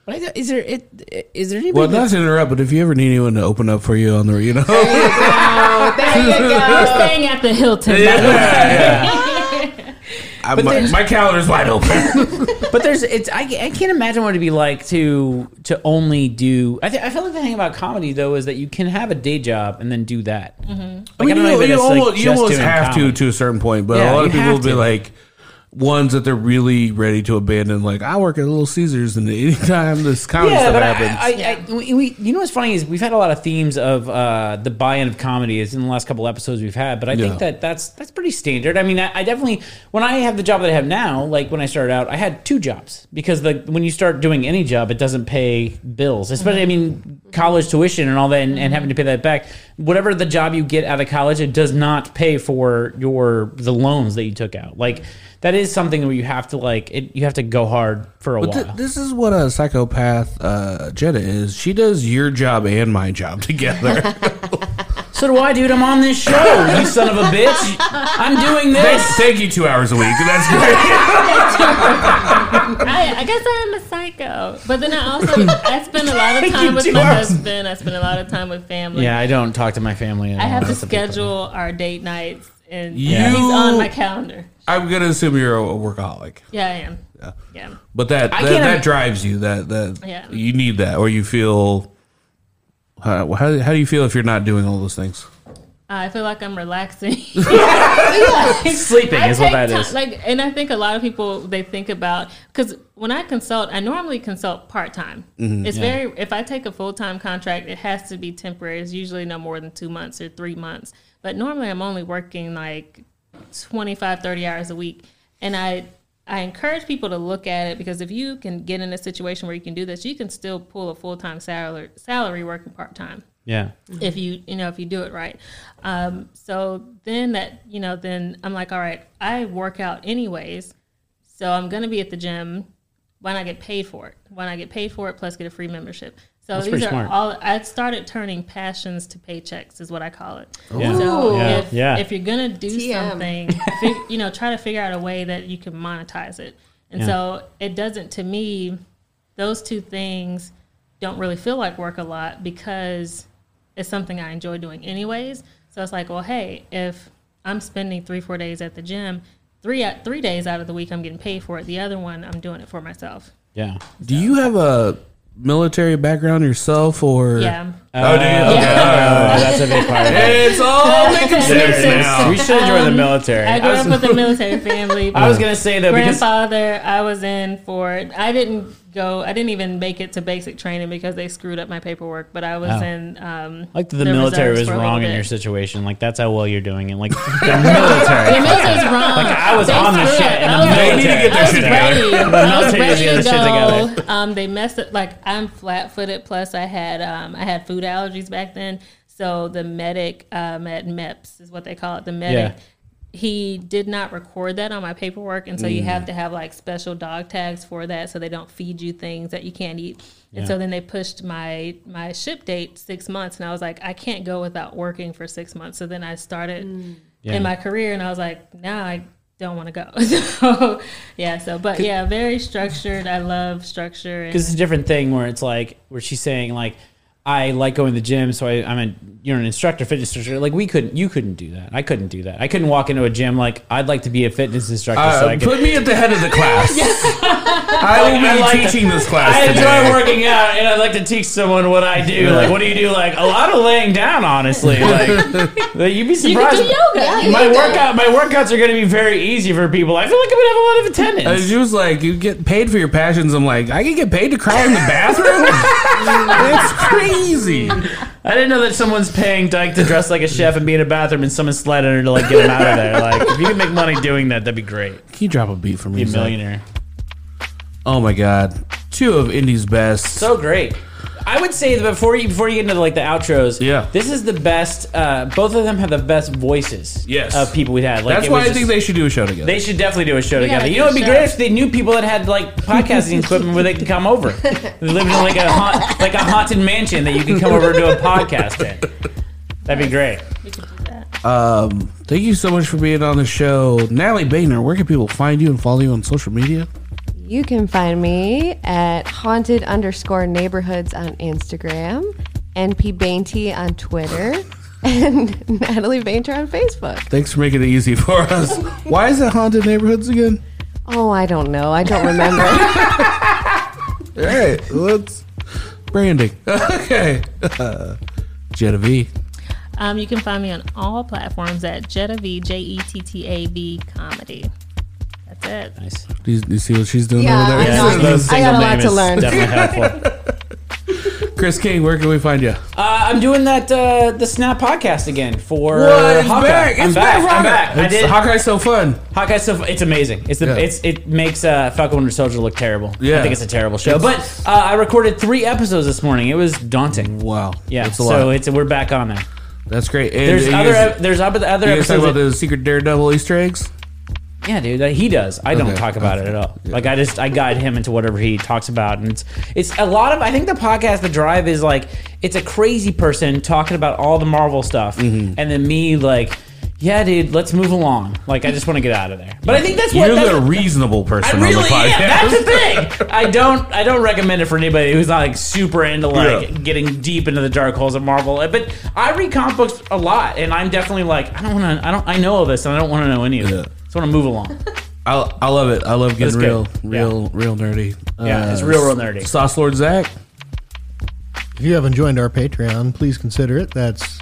S8: But I got- is there it? Is there anybody?
S5: Well,
S8: that's-
S5: not to interrupt, but if you ever need anyone to open up for you on the, you know,
S2: There you go.
S6: We're staying at the Hilton. by the way.
S5: I, my, my calendar's wide open.
S3: But there's it's I, I can't imagine what it'd be like to to only do. I th- I feel like the thing about comedy though is that you can have a day job and then do that. Like,
S5: I mean,
S3: don't know
S5: you,
S3: if
S5: you
S3: it's, like,
S5: almost, you
S3: just
S5: almost
S3: doing
S5: have
S3: comedy.
S5: to to a certain point, but
S3: Yeah,
S5: a lot of
S3: you
S5: people
S3: have
S5: will be
S3: to.
S5: like ones that they're really ready to abandon. Like I work at Little Caesars, and anytime this comedy
S3: Yeah,
S5: stuff
S3: but I-
S5: happens,
S3: I, I, we, we, you know what's funny is we've had a lot of themes of uh, the buy-in of comedy is in the last couple episodes we've had, but I
S5: Yeah.
S3: think that that's that's pretty standard. I mean, I, I definitely when I have the job that I have now, like when I started out, I had two jobs because the when you start doing any job, it doesn't pay bills, especially I mean college tuition and all that, and, and having to pay that back. Whatever the job you get out of college, it does not pay for your the loans that you took out. Like that is something where you have to like it, you have to go hard for a
S5: But
S3: while.
S5: th- this is what a psychopath uh, Jenna is. She does your job and my job together.
S3: So do I, dude. I'm on this show, you son of a bitch. I'm doing
S5: thank,
S3: this.
S5: thank you two hours a week. That's great.
S6: I, I guess I'm a psycho, but then I also I spend a lot of time with my husband. I spend a lot of time with family.
S3: Yeah, I don't talk to my family.
S6: I have to schedule our date nights, and
S5: Yeah.
S6: he's
S5: You-
S6: on my calendar.
S5: I'm gonna assume you're a, a workaholic,
S6: Yeah, I am. Yeah, yeah.
S5: but that that,
S3: can't im-
S5: that drives you. That that
S6: Yeah.
S5: you need that, or you feel. How, how, how do you feel if you're not doing all those things?
S6: I feel like I'm relaxing.
S3: Sleeping
S6: I
S3: is what
S6: take
S3: that
S6: ti-
S3: is.
S6: Like, and I think a lot of people they think about because when I consult, I normally consult part time.
S3: Mm-hmm.
S6: it's very if I take a full time contract, it has to be temporary. It's usually no more than two months or three months. But normally, I'm only working like 25 30 hours a week and i i encourage people to look at it because if you can get in a situation where you can do this you can still pull a full-time salary salary working part-time
S3: yeah,
S6: Mm-hmm. if you you know if you do it right um, so then that you know then i'm like all right i work out anyways so i'm going to be at the gym why not get paid for it why not get paid for it plus get a free membership so these
S3: pretty
S6: are
S3: smart.
S6: all i started turning passions to paychecks is what i call it
S3: Yeah.
S6: so
S3: Yeah.
S6: If,
S3: Yeah.
S6: if you're gonna do
S2: TM.
S6: something fig, you know try to figure out a way that you can monetize it and
S3: Yeah.
S6: so it doesn't to me those two things don't really feel like work a lot because it's something I enjoy doing anyways. So it's like, well, hey, if I'm spending three, four days at the gym, three three days out of the week I'm getting paid for it. The other one I'm doing it for myself.
S3: yeah.
S5: Do you have a military background yourself, or
S6: Yeah.
S5: Oh, do you? Okay.
S3: Uh, that's a big part. Of it.
S5: It's all making sense
S6: Sense.
S5: now.
S3: We should join the military.
S6: Um, I grew up with a military family.
S3: I was gonna say though because
S6: grandfather I was in for I didn't go I didn't even make it to basic training because they screwed up my paperwork, but I was
S3: Oh.
S6: in um
S3: like the,
S6: the
S3: military
S6: reserves
S3: was
S6: for a little
S3: wrong in
S6: bit.
S3: your situation. Like that's how well you're doing it. Like the military.
S6: The military's wrong. Like
S3: I was on the shit in the
S5: They need to
S3: military.
S5: get their shit together.
S6: ready.
S3: I'll
S6: I was
S3: take the
S6: ready
S3: other
S6: to
S3: shit
S6: go.
S3: together.
S6: Um, they messed up. Like I'm flat footed. Plus, I had um, I had food allergies back then. So the medic um, at MEPS is what they call it. The medic.
S3: Yeah.
S6: He did not record that on my paperwork, and so
S3: Mm.
S6: you have to have like special dog tags for that, so they don't feed you things that you can't eat. And so
S3: Yeah.
S6: then they pushed my my ship date six months, and I was like, I can't go without working for six months. So then I started
S3: Yeah.
S6: in my career, and I was like, nah, I don't want to go. so, yeah, so but yeah, very structured. I love structure. And,
S3: because it's a different thing where it's like where she's saying like I like going to the gym, so I, I'm a you're an instructor, fitness instructor. Like we couldn't, you couldn't do that. I couldn't do that. I couldn't walk into a gym like I'd like to be a fitness instructor. so I
S5: Uh,
S3: could,
S5: put me at the head of the class. I will be
S3: I like
S5: teaching this class.
S3: I
S5: today.
S3: enjoy working out, and I'd like to teach someone what I do. Like, what do you do? Like a lot of laying down, honestly. Like, like, you'd be
S6: you can
S3: surprised.
S6: do yoga.
S2: Yeah,
S3: My
S2: you do.
S3: workout, my workouts are going to be very easy for people. I feel like I'm going to have a lot
S5: Uh,
S3: of attendance.
S5: She was like, "You get paid for your passions." I'm like, "I can get paid to cry in the bathroom." it's crazy.
S3: I didn't know that someone's paying Dyke to dress like a chef and be in a bathroom, and someone slid under to like get him out of there. Like, if you can make money doing that, that'd be great.
S5: Can you drop a beat for
S3: Be
S5: me?
S3: a
S5: Zach?
S3: millionaire.
S5: Oh my god, two of Indy's best.
S3: So great. I would say that before you before you get into like the outros,
S5: Yeah.
S3: this is the best. Uh, both of them have the best voices.
S5: Yes.
S3: of people we had. Like,
S5: That's
S3: it
S5: why I
S3: was
S5: think
S3: just-
S5: they should do a show together.
S3: They should definitely do a show together.
S6: gotta
S3: You
S6: do
S3: know,
S6: a
S3: it'd be
S6: show.
S3: great if they knew people that had like podcasting equipment where they could come over. They live in like a haunt, like a haunted mansion that you can come over and do a podcast in. That'd be great.
S6: We could do that.
S5: um, thank you so much for being on the show, Natalie Boehner. Where can people find you and follow you on social media?
S2: You can find me at haunted underscore neighborhoods on Instagram, NP Bainty on Twitter, and Natalie Painter on Facebook.
S5: Thanks for making it easy for us. Why is it haunted neighborhoods again?
S2: Oh, I don't know. I don't remember.
S5: All right, let's branding. Okay, Genevieve.
S6: Um, you can find me on all platforms at Jetta V J E T T A V comedy. That's it.
S3: Nice.
S5: Do you, you see what she's doing
S2: Yeah,
S5: over there?
S2: I know.
S3: Those- those
S2: I got
S3: single name
S2: a lot to
S3: is
S2: learn.
S3: Definitely helpful.
S5: Chris King, where can we find you?
S3: Uh, I'm doing that uh, the Snap podcast again for
S5: What? It's
S3: Uh, Hawkeye.
S5: back.
S3: I'm
S5: It's
S3: back.
S5: back,
S3: I'm
S5: Robert.
S3: back. I
S5: It's-
S3: did
S5: Hawkeye's so fun.
S3: Hawkeye stuff. It's amazing. It's the
S5: Yeah.
S3: it's it makes uh, Falcon Winter Soldier look terrible. I
S5: Yeah.
S3: think it's a terrible show. But uh, I recorded three episodes this morning. It was daunting.
S5: Wow.
S3: Yeah,
S5: That's a lot.
S3: so it's we're back on there.
S5: That's great. And
S3: There's
S5: you
S3: other
S5: guys-
S3: ep- there's other other
S5: you guys talk
S3: episodes.
S5: about
S3: that-
S5: those secret Daredevil Easter eggs?
S3: yeah, dude, that he does. I don't
S5: Okay.
S3: talk about it at all. Like I just I guide him into whatever he talks about, and it's it's a lot of. I think the podcast, The Drive, is like it's a crazy person talking about all the Marvel stuff,
S5: Mm-hmm.
S3: and then me like. Yeah, dude, let's move along. Like, I just want to get out of there. But I think that's what
S5: You're
S3: that's
S5: the
S3: what-
S5: reasonable person
S3: I
S5: on
S3: really
S5: the podcast.
S3: am. That's the thing. I don't. I don't recommend it for anybody who's not like super into like
S5: Yeah.
S3: getting deep into the dark holes of Marvel. But I read comic books a lot, and I'm definitely like I don't want to. I don't. I know all this, and I don't want to know any of
S5: Yeah.
S3: it. Just want to move along.
S5: I, I love it. I love
S3: That's
S5: getting
S3: good.
S5: real,
S3: Yeah.
S5: real, real nerdy.
S3: Yeah, it's real, real nerdy.
S5: Sauce Lord Zach.
S4: If you haven't joined our Patreon, please consider it. That's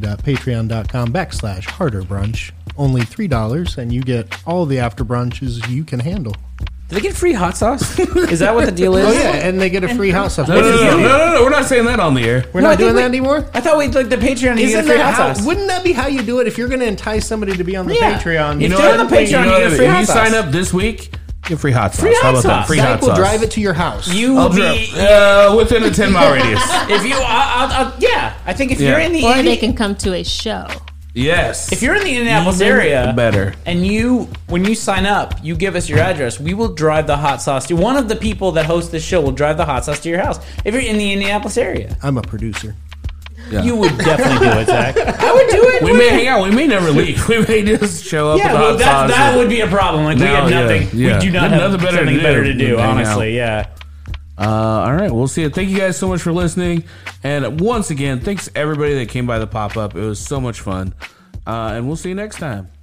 S4: www.patreon.com backslash harder brunch. Only $3, and you get all the after brunches you can handle.
S3: Did they get free hot sauce? Is that what the deal is?
S4: Oh, yeah, and they get a free hot sauce.
S5: No, no, no, no, no, no, We're not saying that on the air.
S4: We're
S3: No, I think
S4: not doing
S3: we-
S4: that anymore?
S3: I thought we like the Patreon. You get
S4: Isn't
S3: free hot
S4: that how,
S3: sauce.
S4: wouldn't that be how you do it if you're going to entice somebody to be on the
S3: Yeah.
S4: Patreon?
S3: You
S4: You
S3: know
S4: know,
S3: They're on the Patreon,
S5: You know
S3: you
S5: what
S3: get
S5: I mean?
S3: free
S5: if
S3: hot
S5: you
S3: sauce.
S5: sign up this week, you get free hot sauce.
S3: Free
S5: How
S3: hot
S5: about
S3: sauce.
S5: that? Free
S3: Zach
S5: hot
S4: will
S5: sauce.
S4: drive it to your house.
S3: You
S5: I'll
S3: will be
S5: drive- uh, within a ten mile radius.
S3: if you. I, I, I, yeah, I think if
S5: Yeah.
S3: you're in the
S6: Or they
S3: Indi-
S6: can come to a show.
S5: Yes.
S3: if you're in the Indianapolis
S5: Even
S3: area,
S5: better.
S3: And you, when you sign up, you give us your address. We will drive the hot sauce to one of the people that host this show. Will drive the hot sauce to your house if you're in the Indianapolis area.
S4: I'm a producer.
S3: You would definitely do it, Zach. I would do it.
S5: we may hang out. We may never leave. We may just show up.
S3: Yeah,
S5: with
S3: well,
S5: hot
S3: that,
S5: sauce
S3: that
S5: and-
S3: would be a problem. Like we
S5: No,
S3: have
S5: yeah,
S3: nothing.
S5: yeah.
S3: We do not
S5: There's
S3: have
S5: nothing better to
S3: something
S5: do
S3: better to
S5: than
S3: do.
S5: hang out.
S3: Honestly, yeah.
S5: Uh, all right, we'll see it. Thank you guys so much for listening, and once again, thanks everybody that came by the pop up. It was so much fun, uh, and we'll see you next time.